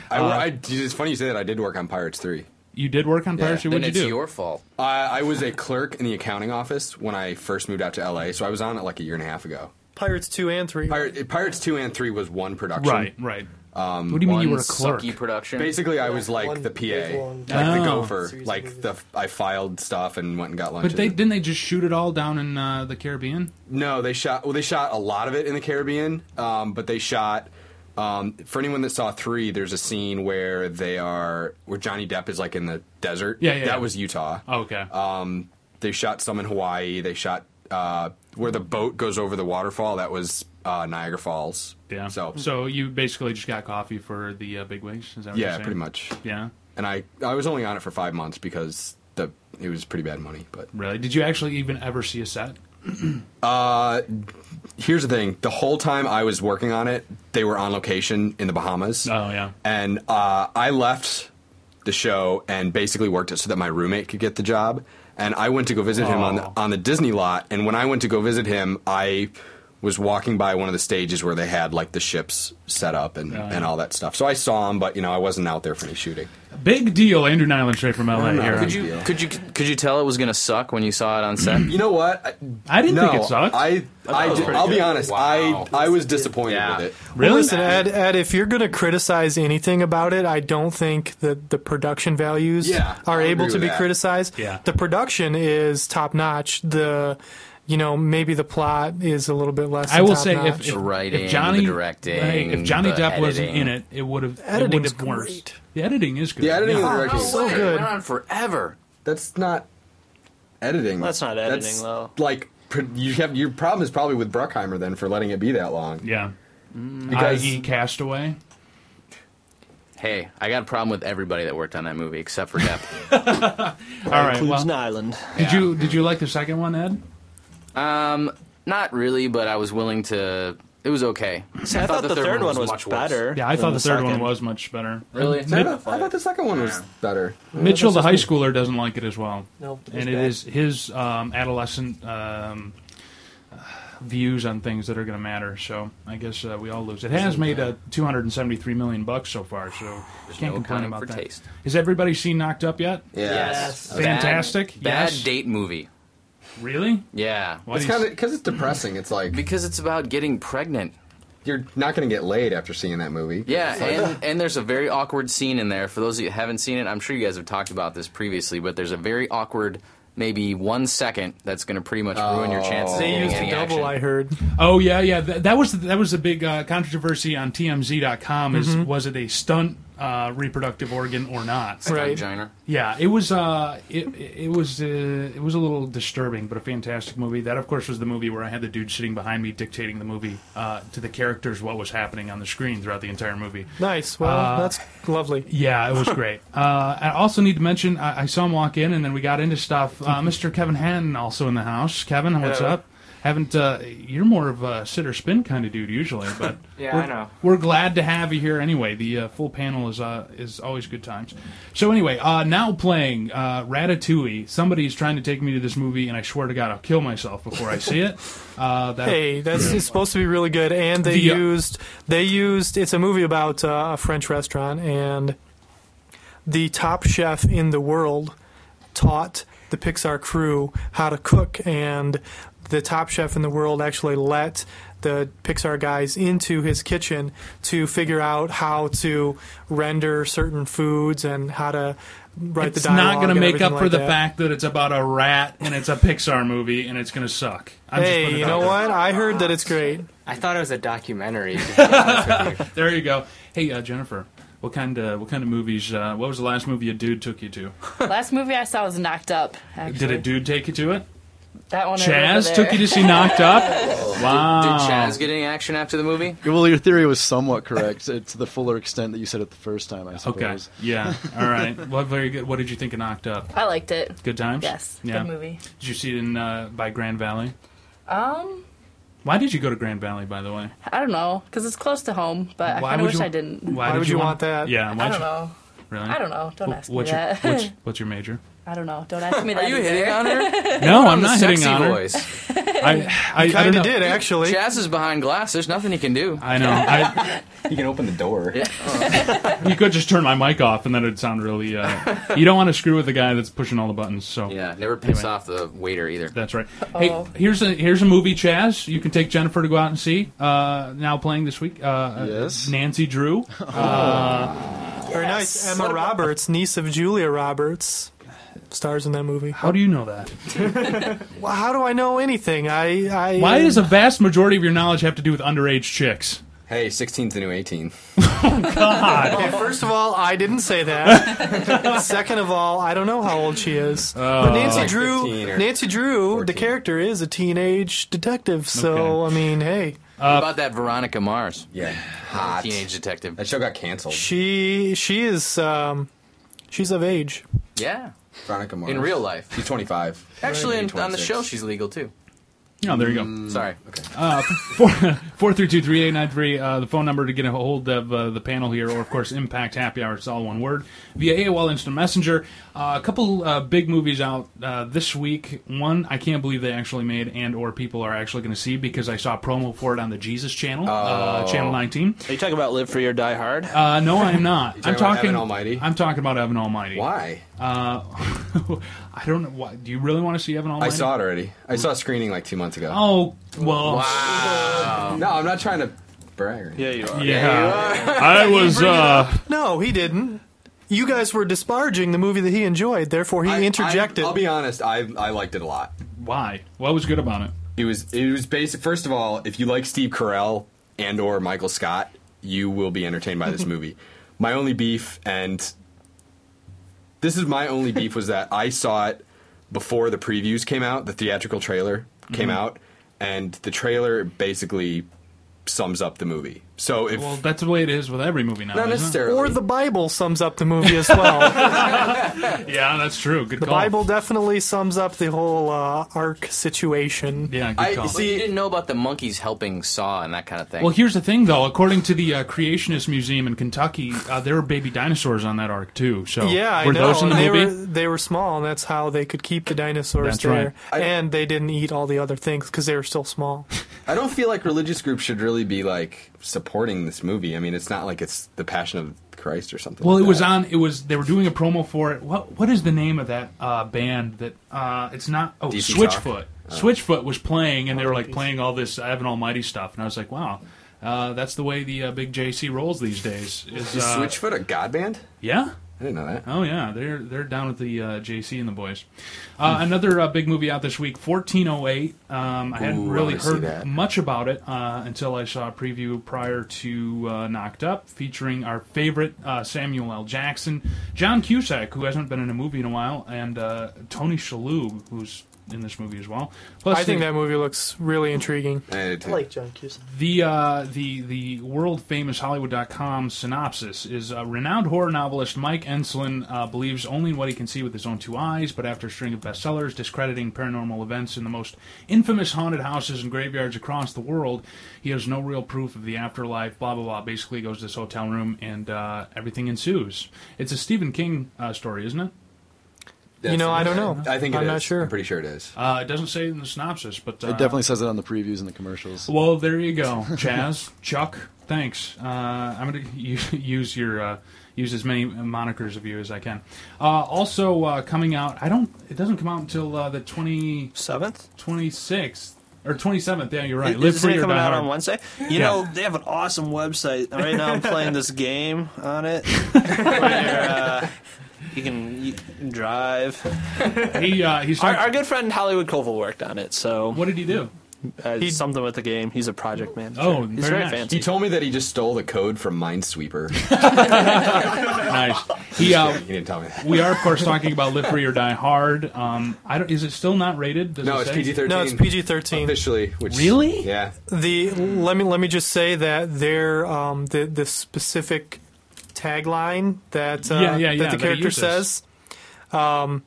Speaker 5: I, I- dude, it's funny you say that. I did work on Pirates Three.
Speaker 2: You did work on Pirates.
Speaker 6: Then
Speaker 2: What'd you
Speaker 6: it's
Speaker 2: do?
Speaker 6: your fault.
Speaker 5: Uh, I, I was a clerk in the accounting office when I first moved out to LA, so I was on it like a year and a half ago.
Speaker 3: Pirates two and three.
Speaker 5: Pirate, Pirates Two and Three was one production.
Speaker 2: Right, right. what do you mean you
Speaker 6: One
Speaker 2: were a clerk?
Speaker 6: sucky production.
Speaker 5: Basically, I was like
Speaker 7: One
Speaker 5: the PA,
Speaker 7: big
Speaker 5: like
Speaker 7: one.
Speaker 5: the
Speaker 2: Oh.
Speaker 5: gopher.
Speaker 7: Series of
Speaker 5: Like
Speaker 7: movies.
Speaker 5: the I filed stuff and went and got lunch.
Speaker 2: But they didn't they just shoot it all down in uh, the Caribbean?
Speaker 5: No, they shot. Well, they shot a lot of it in the Caribbean, um, but they shot Um, for anyone that saw three, there's a scene where they are where Johnny Depp is like in the desert.
Speaker 2: Yeah, yeah,
Speaker 5: That
Speaker 2: yeah.
Speaker 5: was Utah.
Speaker 2: Oh, okay.
Speaker 5: Um, they shot some in Hawaii. They shot uh, where the boat goes over the waterfall. That was uh, Niagara Falls.
Speaker 2: yeah.
Speaker 5: So,
Speaker 2: so you basically just got coffee for the uh, big wigs? Is that what you're
Speaker 5: yeah,
Speaker 2: saying?
Speaker 5: pretty much.
Speaker 2: Yeah.
Speaker 5: And I I was only on it for five months because the it was pretty bad money. But
Speaker 2: Really? Did you actually even ever see a set?
Speaker 5: here's the thing: the whole time I was working on it, they were on location in the Bahamas.
Speaker 2: Oh yeah.
Speaker 5: and uh, I left the show and basically worked it so that my roommate could get the job. And I went to go visit him on the
Speaker 2: Aw.
Speaker 5: on the Disney lot. And when I went to go visit him, I was walking by one of the stages where they had like the ships set up and, and all that stuff. So I saw him, but you know I wasn't out there for any shooting.
Speaker 2: Big deal, Andrew Nyland straight from LA
Speaker 5: no.
Speaker 2: here.
Speaker 5: Could
Speaker 6: Could you
Speaker 5: Yeah.
Speaker 6: could you could you tell it was gonna suck when you saw it on set?
Speaker 5: You know what? I,
Speaker 2: I didn't
Speaker 5: no,
Speaker 2: think it sucked.
Speaker 5: I, I,
Speaker 6: was
Speaker 5: did-
Speaker 6: pretty
Speaker 5: I'll be
Speaker 6: good.
Speaker 5: honest.
Speaker 6: Wow.
Speaker 5: I I was disappointed
Speaker 6: Yeah.
Speaker 5: with it.
Speaker 2: really?
Speaker 3: Well, listen, Ed, Ed, if you're going to criticize anything about it, I don't think that the production values
Speaker 5: Yeah,
Speaker 3: are
Speaker 5: I'll
Speaker 3: able
Speaker 5: agree
Speaker 3: to
Speaker 5: with
Speaker 3: be
Speaker 5: that.
Speaker 3: criticized.
Speaker 2: Yeah.
Speaker 3: The production is top notch. The, you know, maybe the plot is a little bit less.
Speaker 2: I
Speaker 3: than
Speaker 2: will
Speaker 3: top
Speaker 2: say
Speaker 3: notch.
Speaker 2: if, if,
Speaker 6: writing,
Speaker 2: if Johnny
Speaker 6: the directing,
Speaker 2: hey, if Johnny
Speaker 6: the
Speaker 2: Depp wasn't
Speaker 6: editing.
Speaker 2: in it, it would have it would
Speaker 3: Editing's
Speaker 2: have worse.
Speaker 3: great.
Speaker 2: The editing is good.
Speaker 5: The editing
Speaker 2: yeah.
Speaker 5: and the direction.
Speaker 3: so good.
Speaker 6: It went on forever.
Speaker 5: That's not editing.
Speaker 8: That's not editing, though.
Speaker 5: Like pr- you have your problem is probably with Bruckheimer then for letting it be that long.
Speaker 2: Yeah.
Speaker 5: Because-
Speaker 2: I.e. Castaway.
Speaker 6: Hey, I got a problem with everybody that worked on that movie except for Depp.
Speaker 2: All right.
Speaker 8: includes
Speaker 2: Well,
Speaker 8: an island.
Speaker 2: did you did you like the second one, Ed?
Speaker 6: um, not really, but I was willing to. It was okay. I,
Speaker 8: I, thought, the, third one was,
Speaker 6: much worse.
Speaker 8: better.
Speaker 2: Yeah, I
Speaker 8: than
Speaker 2: thought the, third one
Speaker 8: second.
Speaker 2: was much better.
Speaker 6: Really?
Speaker 5: I
Speaker 2: Mid-
Speaker 5: thought, I thought the second one was better.
Speaker 2: Mitchell, the high schooler, doesn't like it as well.
Speaker 7: No, it was
Speaker 2: and it
Speaker 7: bad.
Speaker 2: is his um, adolescent um, uh, views on things that are going to matter. So I guess uh, we all lose. It has made uh, 273 million bucks so far. So can't
Speaker 6: no
Speaker 2: complain
Speaker 6: accounting
Speaker 2: about
Speaker 6: for
Speaker 2: that.
Speaker 6: taste.
Speaker 2: Has everybody seen Knocked Up yet?
Speaker 7: Yes.
Speaker 6: Bad-
Speaker 2: Fantastic,
Speaker 6: Bad,
Speaker 2: yes.
Speaker 6: date movie.
Speaker 2: Really?
Speaker 6: Yeah.
Speaker 2: Why
Speaker 5: It's
Speaker 2: do you-
Speaker 5: kind of because it's depressing. It's like
Speaker 6: Because it's about getting pregnant.
Speaker 5: you're not going to get laid after seeing that movie.
Speaker 6: Yeah, and, and there's a very awkward scene in there. For those of you who haven't seen it, I'm sure you guys have talked about this previously, but there's a very awkward, maybe one second, that's going to pretty much ruin your chances of
Speaker 3: They
Speaker 6: getting
Speaker 3: used
Speaker 6: any
Speaker 3: a double,
Speaker 6: action.
Speaker 3: I heard.
Speaker 2: Oh yeah, yeah. That, that was that was a big uh, controversy on TMZ.com. Is was it a stunt uh, reproductive organ or not?
Speaker 3: Right.
Speaker 6: Vagina.
Speaker 2: Yeah, it was. Uh, it it was. Uh, it was a little disturbing, but a fantastic movie. That, of course, was the movie where I had the dude sitting behind me dictating the movie uh, to the characters what was happening on the screen throughout the entire movie.
Speaker 3: Nice. Well,
Speaker 2: Uh,
Speaker 3: that's lovely.
Speaker 2: Yeah, it was great. Uh, I also need to mention I, I saw him walk in, and then we got into stuff. Uh, Mr. Kevin Hannon also in the house. Kevin, what's
Speaker 9: Hello.
Speaker 2: up? Haven't uh, you're more of a sit or spin kind of dude usually, but
Speaker 9: Yeah,
Speaker 2: we're,
Speaker 9: I know.
Speaker 2: We're glad to have you here anyway. The uh, full panel is uh, is always good times. So anyway, uh, now playing uh, Ratatouille. Somebody's trying to take me to this movie, and I swear to God, I'll kill myself before I see it. Uh, that,
Speaker 3: Hey, that's it's supposed to be really good. And they
Speaker 2: The, uh,
Speaker 3: used they used it's a movie about uh, a French restaurant and the top chef in the world taught the Pixar crew how to cook and the top chef in the world actually let the Pixar guys into his kitchen to figure out how to render certain foods and how to write
Speaker 2: it's
Speaker 3: the dialogue.
Speaker 2: not going to
Speaker 3: and
Speaker 2: make up
Speaker 3: everything
Speaker 2: for
Speaker 3: like
Speaker 2: the
Speaker 3: that.
Speaker 2: fact that it's about a rat and it's a Pixar movie and it's going to suck. I'm just putting
Speaker 3: Hey,
Speaker 2: it
Speaker 3: you
Speaker 2: out
Speaker 3: know
Speaker 2: there.
Speaker 3: what? I heard that it's great.
Speaker 9: I thought it was a documentary. to be honest with you.
Speaker 2: There you go. Hey, uh, Jennifer, what kind of what kind of movies? Uh, what was the last movie a dude took you to?
Speaker 1: Last movie I saw was Knocked Up. Actually.
Speaker 2: Did a dude take you to it?
Speaker 1: That one.
Speaker 2: Chaz took you to see Knocked Up. Wow.
Speaker 6: Did Chaz get any action after the movie?
Speaker 4: Well, your theory was somewhat correct uh, to the fuller extent that you said it the first time, I suppose.
Speaker 2: Okay. Yeah. All right. Well, very good. What did you think of Knocked Up?
Speaker 1: I liked it.
Speaker 2: Good times.
Speaker 1: Yes.
Speaker 2: Yeah.
Speaker 1: Good movie.
Speaker 2: Did you see it in uh, by Grand Valley?
Speaker 1: Um,
Speaker 2: Why did you go to Grand Valley, by the way?
Speaker 1: I don't know, cause it's close to home, but I
Speaker 2: Why
Speaker 1: kind of
Speaker 2: would
Speaker 1: wish
Speaker 2: you-
Speaker 1: I didn't.
Speaker 3: Why
Speaker 2: did
Speaker 3: would you want that?
Speaker 2: Yeah.
Speaker 1: I
Speaker 2: why'd
Speaker 1: don't
Speaker 2: you-
Speaker 1: know.
Speaker 2: Really?
Speaker 1: I don't know. Don't
Speaker 2: Wh-
Speaker 1: ask
Speaker 2: what's
Speaker 1: me
Speaker 2: your,
Speaker 1: that.
Speaker 2: What's, what's your major?
Speaker 1: I don't know. Don't ask me that.
Speaker 6: Are you
Speaker 1: either.
Speaker 6: hitting on her?
Speaker 2: No, I'm not
Speaker 6: the
Speaker 2: hitting
Speaker 6: sexy
Speaker 2: on her.
Speaker 6: voice.
Speaker 2: I, I, I
Speaker 3: Kind
Speaker 2: don't
Speaker 3: of
Speaker 2: know.
Speaker 3: did actually.
Speaker 6: Chaz is behind glass. There's nothing he can do.
Speaker 2: I know. I,
Speaker 5: You can open the door.
Speaker 2: You could just turn my mic off, and then it'd sound really. Uh, you don't want to screw with the guy that's pushing all the buttons. So
Speaker 6: Yeah, never piss
Speaker 2: Anyway. Uh,
Speaker 6: off the waiter either.
Speaker 2: that's right.
Speaker 1: Oh.
Speaker 2: Hey, here's a here's a movie, Chaz. You can take Jennifer to go out and see. Uh, now playing this week. Uh,
Speaker 4: Yes.
Speaker 2: Nancy Drew.
Speaker 3: Very nice. Emma Roberts, niece of Julia Roberts, stars in that movie.
Speaker 2: How do you know that?
Speaker 3: Well, how do I know anything? I, I
Speaker 2: Why does a vast majority of your knowledge have to do with underage chicks?
Speaker 5: Hey, 16's the new 18.
Speaker 3: Okay, first of all, I didn't say that. Second of all, I don't know how old she is. but Nancy
Speaker 5: Oh, Like
Speaker 3: Drew,
Speaker 5: 15 or
Speaker 3: Nancy Drew, the
Speaker 5: 14.
Speaker 3: character is a teenage detective. So I mean, hey,
Speaker 6: What about that Veronica Mars,
Speaker 5: Yeah, hot.
Speaker 6: teenage detective?
Speaker 5: That show got canceled.
Speaker 3: she she is um, she's of age.
Speaker 6: Yeah.
Speaker 5: Veronica Mars.
Speaker 6: In real life.
Speaker 5: She's 25.
Speaker 6: Actually,
Speaker 5: Maybe
Speaker 6: in, on the
Speaker 5: 26.
Speaker 6: show, she's legal too.
Speaker 2: Oh, there you go.
Speaker 5: Mm.
Speaker 6: Sorry.
Speaker 2: Four three two three eight nine three. Uh, the phone number to get a hold of uh, the panel here, or of course, Impact Happy Hour. It's all one word via AOL Instant Messenger. Uh, a couple uh, big movies out uh, this week. One I can't believe they actually made, and or people are actually going to see because I saw a promo for it on the Jesus Channel, uh,
Speaker 5: Oh.
Speaker 2: Channel 19.
Speaker 8: Are you talking about Live Free or Die Hard?
Speaker 2: Uh, no, I'm not.
Speaker 5: talking
Speaker 2: I'm
Speaker 5: about
Speaker 2: talking.
Speaker 5: Evan Almighty?
Speaker 2: I'm talking about Evan Almighty.
Speaker 5: Why?
Speaker 6: Um,
Speaker 2: Uh, I don't know. Why, do you really want to see Evan
Speaker 5: I
Speaker 2: Almighty?
Speaker 5: saw it already. I saw a screening like two months ago.
Speaker 2: Oh well.
Speaker 6: Oh.
Speaker 5: No, I'm not trying to brag. or-
Speaker 8: Yeah, you are.
Speaker 2: Yeah. I was. Uh,
Speaker 3: No, he didn't. You guys were disparaging the movie that he enjoyed. Therefore, he
Speaker 5: I-
Speaker 3: interjected.
Speaker 5: I, will be honest. I I liked it a lot.
Speaker 2: why? What was good about it?
Speaker 5: It was it was basic. First of all, if you like Steve Carell and or Michael Scott, you will be entertained by this movie. My only beef, and this is my only beef, was that I saw it before the previews came out. The theatrical trailer came
Speaker 2: Mm-hmm.
Speaker 5: out, and the trailer basically sums up the movie. So if
Speaker 2: Well, uh-huh. that's the way it is with every movie now.
Speaker 5: not
Speaker 2: isn't it?
Speaker 5: necessarily,
Speaker 3: or the Bible sums up the movie as well.
Speaker 2: Yeah, that's true. Good
Speaker 3: the
Speaker 2: call.
Speaker 3: Bible definitely sums up the whole uh, arc situation.
Speaker 2: Yeah, good
Speaker 5: I
Speaker 2: call.
Speaker 5: see-
Speaker 6: You didn't know about the monkeys helping Saw and that kind of thing.
Speaker 2: Well, here's the thing, though. According to the uh, Creationist Museum in Kentucky, uh, there were baby dinosaurs on that ark too. So,
Speaker 3: Yeah,
Speaker 2: were
Speaker 3: I know.
Speaker 2: those in the
Speaker 3: they
Speaker 2: movie?
Speaker 3: were they were small, and that's how they could keep the dinosaurs
Speaker 2: That's
Speaker 3: there.
Speaker 5: right. I-
Speaker 3: and they didn't eat all the other things because they were still small.
Speaker 5: I don't feel like religious groups should really be like supporting this movie. I mean, it's not like it's the Passion of Christ or something.
Speaker 2: Well,
Speaker 5: like
Speaker 2: it was
Speaker 5: that.
Speaker 2: on. It was they were doing a promo for it. What what is the name of that uh, band that uh, it's not? Oh,
Speaker 5: DC Talk?
Speaker 2: Switchfoot. Switchfoot was playing, and they were like playing all this Evan Almighty stuff, and I was like, wow. Uh, that's the way the uh, big JC rolls these days. Is,
Speaker 5: Is
Speaker 2: uh,
Speaker 5: Switchfoot a god band?
Speaker 2: Yeah,
Speaker 5: I didn't know that.
Speaker 2: Oh yeah, they're they're down at the uh, JC and the boys. Uh, another uh, big movie out this week, 1408. Um, I hadn't
Speaker 5: Ooh, I
Speaker 2: really
Speaker 5: wanna see
Speaker 2: heard
Speaker 5: that.
Speaker 2: much about it uh, until I saw a preview prior to uh, Knocked Up, featuring our favorite uh, Samuel L. Jackson, John Cusack, who hasn't been in a movie in a while, and uh, Tony Shalhoub, who's in this movie as well. Plus,
Speaker 3: I think
Speaker 2: the-
Speaker 3: that movie looks really intriguing.
Speaker 5: I did
Speaker 7: I
Speaker 5: too.
Speaker 7: like John Cusack.
Speaker 2: the uh, the the world famous Hollywood.com synopsis is uh, renowned horror novelist Mike Enslin uh, believes only in what he can see with his own two eyes, but after a string of bestsellers discrediting paranormal events in the most infamous haunted houses and graveyards across the world, he has no real proof of the afterlife. Blah blah blah. Basically, he goes to this hotel room and uh, everything ensues. It's a Stephen King uh, story, isn't it?
Speaker 5: That's-
Speaker 3: You know, I don't know.
Speaker 5: I think it
Speaker 3: I'm not
Speaker 5: is.
Speaker 3: sure.
Speaker 5: I'm pretty sure it is.
Speaker 2: Uh, it doesn't say it in the synopsis, but uh,
Speaker 4: It definitely says it on the previews and the commercials.
Speaker 2: Well, there you go, Chaz, Chuck. Thanks. Uh, I'm going to use your uh, use as many monikers of you as I can. Uh, also uh, coming out, I don't. It doesn't come out until uh, the 20,
Speaker 8: Seventh?
Speaker 2: 26th or twenty seventh. Yeah, you're
Speaker 8: Is-
Speaker 2: right.
Speaker 8: Is
Speaker 2: Live
Speaker 8: this
Speaker 2: free
Speaker 8: thing
Speaker 2: or
Speaker 8: coming
Speaker 2: die
Speaker 8: out
Speaker 2: hard.
Speaker 8: on Wednesday? You
Speaker 2: Yeah.
Speaker 8: know, they have an awesome website. Right now, I'm playing this game on it. where, uh, you can you can drive.
Speaker 2: He uh, he's
Speaker 8: Our,
Speaker 2: talking-
Speaker 8: our good friend Hollywood Koval worked on it, so
Speaker 2: what did he do?
Speaker 8: uh, something with the game. He's a project manager.
Speaker 2: Oh,
Speaker 8: he's
Speaker 2: very
Speaker 8: very
Speaker 2: nice.
Speaker 8: fancy.
Speaker 5: He told me that he just stole the code from Minesweeper.
Speaker 2: Nice. He uh,
Speaker 5: he didn't tell me that.
Speaker 2: we are of course talking about Live Free or Die Hard. Um, I don't. Is it still not rated? Does
Speaker 5: No,
Speaker 2: it
Speaker 5: it's
Speaker 2: say?
Speaker 5: PG-13.
Speaker 3: No, it's PG-13.
Speaker 5: officially. Which
Speaker 2: Really?
Speaker 5: Yeah.
Speaker 3: The let me let me just say that their um the the specific tagline that uh,
Speaker 2: Yeah, yeah, yeah,
Speaker 3: that
Speaker 2: that
Speaker 3: the
Speaker 2: he
Speaker 3: character
Speaker 2: uses.
Speaker 3: says. Um,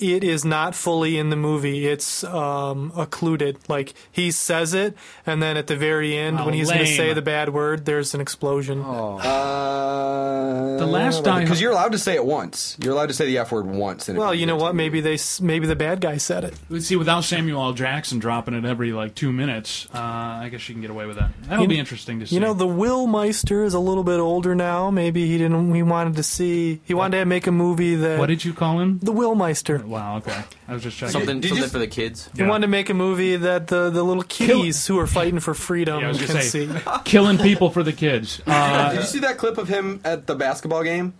Speaker 3: it is not fully in the movie. It's um, occluded. Like he says it, and then at the very end,
Speaker 2: Oh,
Speaker 3: when he's going to
Speaker 2: lame.
Speaker 3: say the bad word, there's an explosion.
Speaker 5: Oh, Uh,
Speaker 2: The last Die
Speaker 5: because
Speaker 2: Hard-
Speaker 5: you're allowed to say it once. You're allowed to say the F word once. In a
Speaker 3: Well, you know
Speaker 5: PG-13.
Speaker 3: what? Maybe they s- maybe the bad guy said it.
Speaker 2: Let's see, without Samuel L. Jackson dropping it every like two minutes, uh, I guess you can get away with that. That'll
Speaker 3: You-
Speaker 2: be interesting to see.
Speaker 3: You know, the Will Meister is a little bit older now. Maybe he didn't. He wanted to see. He wanted to make a movie that
Speaker 2: what did you call him?
Speaker 3: the Will Meister.
Speaker 2: Wow. Okay, I was just checking.
Speaker 6: something
Speaker 5: Did you
Speaker 6: something
Speaker 5: just-
Speaker 6: for the kids.
Speaker 3: He
Speaker 2: Yeah.
Speaker 3: wanted to make a movie that the, the little kitties who are fighting for freedom
Speaker 2: Yeah, I was
Speaker 3: can
Speaker 2: gonna say.
Speaker 3: see.
Speaker 2: Killing people for the kids. Uh,
Speaker 5: Did you see that clip of him at the basketball game?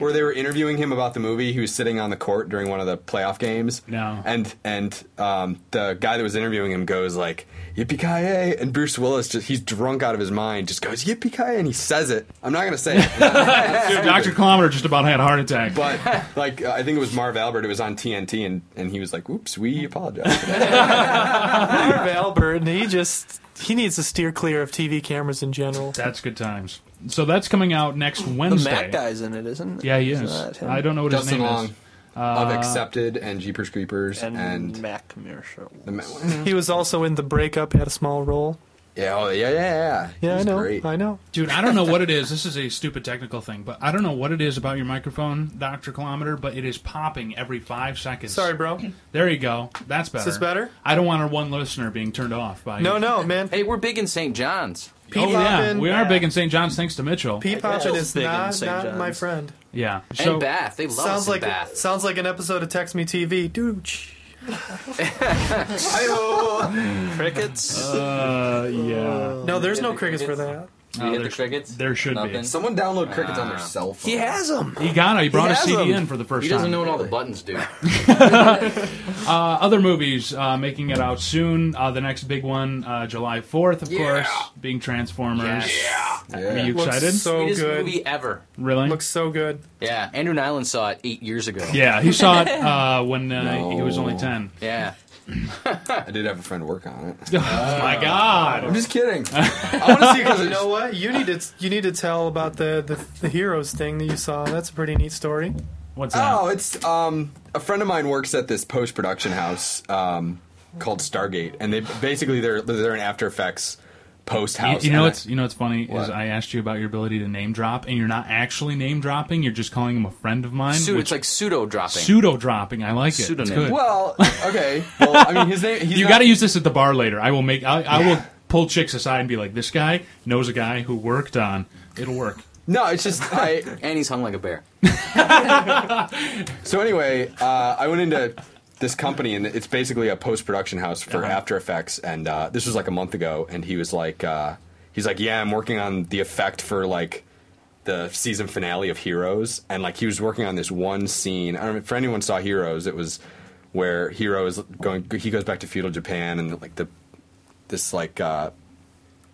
Speaker 5: where they were interviewing him about the movie. He was sitting on the court during one of the playoff games.
Speaker 2: No.
Speaker 5: And and um, the guy that was interviewing him goes like yippee ki yay, and Bruce Willis just he's drunk out of his mind, just goes yippee ki and he says it. I'm not gonna say it,
Speaker 2: Dude, Dr. Kilometer just about had a heart attack.
Speaker 5: but like uh, I think it was Marv Albert. It was on TNT, and and he was like, "Oops, we apologize." for that."
Speaker 3: Marv Albert, and he just he needs to steer clear of TV cameras in general.
Speaker 2: That's good times. So that's coming out next
Speaker 8: The
Speaker 2: Wednesday.
Speaker 8: Mac guy's in it, isn't it?
Speaker 2: Yeah, he
Speaker 8: Isn't
Speaker 2: is.
Speaker 8: that him?
Speaker 2: I don't know what
Speaker 5: Dustin
Speaker 2: his name
Speaker 5: Long
Speaker 2: is. Uh,
Speaker 5: of Accepted and Jeepers Creepers
Speaker 8: And,
Speaker 5: and.
Speaker 8: Mac commercial.
Speaker 5: the ma-
Speaker 3: He was also in the breakup, had a small role.
Speaker 5: yeah, oh, yeah, yeah, yeah. He
Speaker 3: Yeah, I
Speaker 5: was
Speaker 3: know,
Speaker 5: Great.
Speaker 3: I know.
Speaker 2: Dude, I don't know what it is. This is a stupid technical thing, but I don't know what it is about your microphone, Dr. Kilometer, but it is popping every five seconds.
Speaker 3: Sorry, bro.
Speaker 2: There you go. That's better.
Speaker 3: this better?
Speaker 2: I don't want our one listener being turned off by.
Speaker 3: No, no, man.
Speaker 6: Hey, we're big in St. John's.
Speaker 3: Pee
Speaker 2: Oh, yeah.
Speaker 3: poppin'-
Speaker 2: We are big in St. John's thanks to Mitchell.
Speaker 3: Pee poppin'
Speaker 8: Mitchell's
Speaker 3: is
Speaker 8: big in
Speaker 3: not,
Speaker 8: St.
Speaker 3: not my
Speaker 8: John's.
Speaker 3: friend.
Speaker 2: Yeah.
Speaker 6: And
Speaker 2: So,
Speaker 6: Bath. They love us
Speaker 3: sounds
Speaker 6: in
Speaker 3: like
Speaker 6: Bath.
Speaker 3: sounds like an episode of Text Me TV, dude. shh.
Speaker 8: Crickets.
Speaker 2: uh, yeah.
Speaker 3: No, there's
Speaker 9: yeah,
Speaker 3: no
Speaker 9: the
Speaker 3: crickets for that.
Speaker 9: crickets.
Speaker 2: No,
Speaker 9: you hit the
Speaker 2: there's-
Speaker 9: crickets?
Speaker 2: there should be.
Speaker 9: Nothing?
Speaker 5: Someone download crickets on their cell phone.
Speaker 8: he has them.
Speaker 2: He got it. He brought a
Speaker 8: has
Speaker 2: CD
Speaker 8: them.
Speaker 2: in for the first
Speaker 6: He
Speaker 2: time.
Speaker 6: doesn't know what all the buttons do.
Speaker 2: Uh, other movies uh, making it out soon. Uh, the next big one, uh, July 4th, of course, being Transformers. Are you
Speaker 3: Looks
Speaker 2: excited?
Speaker 3: So
Speaker 6: Sweetest
Speaker 3: good.
Speaker 6: movie ever.
Speaker 2: really?
Speaker 3: Looks so good.
Speaker 6: Yeah, Andrew Nyland saw it eight years ago.
Speaker 2: Yeah, he saw it uh, when uh, he was only 10.
Speaker 6: Yeah.
Speaker 5: I did have a friend work on it.
Speaker 2: Oh my god.
Speaker 5: I'm just kidding.
Speaker 3: You know what? You need to you need to tell about the the, the heroes thing that you saw. That's a pretty neat story.
Speaker 2: What's that?
Speaker 5: Oh, it's um a friend of mine works at this post production house um called Stargate, and they basically they're they're an After Effects post
Speaker 2: You,
Speaker 5: house.
Speaker 2: you know
Speaker 5: and
Speaker 2: what's you know what's funny is
Speaker 5: What?
Speaker 2: I asked you about your ability to name drop, and you're not actually name dropping. You're just calling him a friend of mine.
Speaker 6: Pseudo,
Speaker 2: which-
Speaker 6: it's like pseudo dropping.
Speaker 2: pseudo dropping. I like it. It's
Speaker 6: Pseudonym.
Speaker 2: good.
Speaker 5: I- well, okay. Well, I mean, his name. He's
Speaker 2: you
Speaker 5: not-
Speaker 2: got to use this at the bar later. I will make. I, I will pull chicks aside and be like, "This guy knows a guy who worked on. It'll work."
Speaker 5: No, it's just I.
Speaker 6: and he's hung like a bear.
Speaker 5: So anyway, uh, I went into this company, and it's basically a post production house for After Effects. And uh, this was like a month ago, and he was like, uh, he's like, yeah, I'm working on the effect for like the season finale of Heroes, and like he was working on this one scene. I don't know if anyone saw Heroes, it was where Hero is going. He goes back to feudal Japan, and like the this like uh,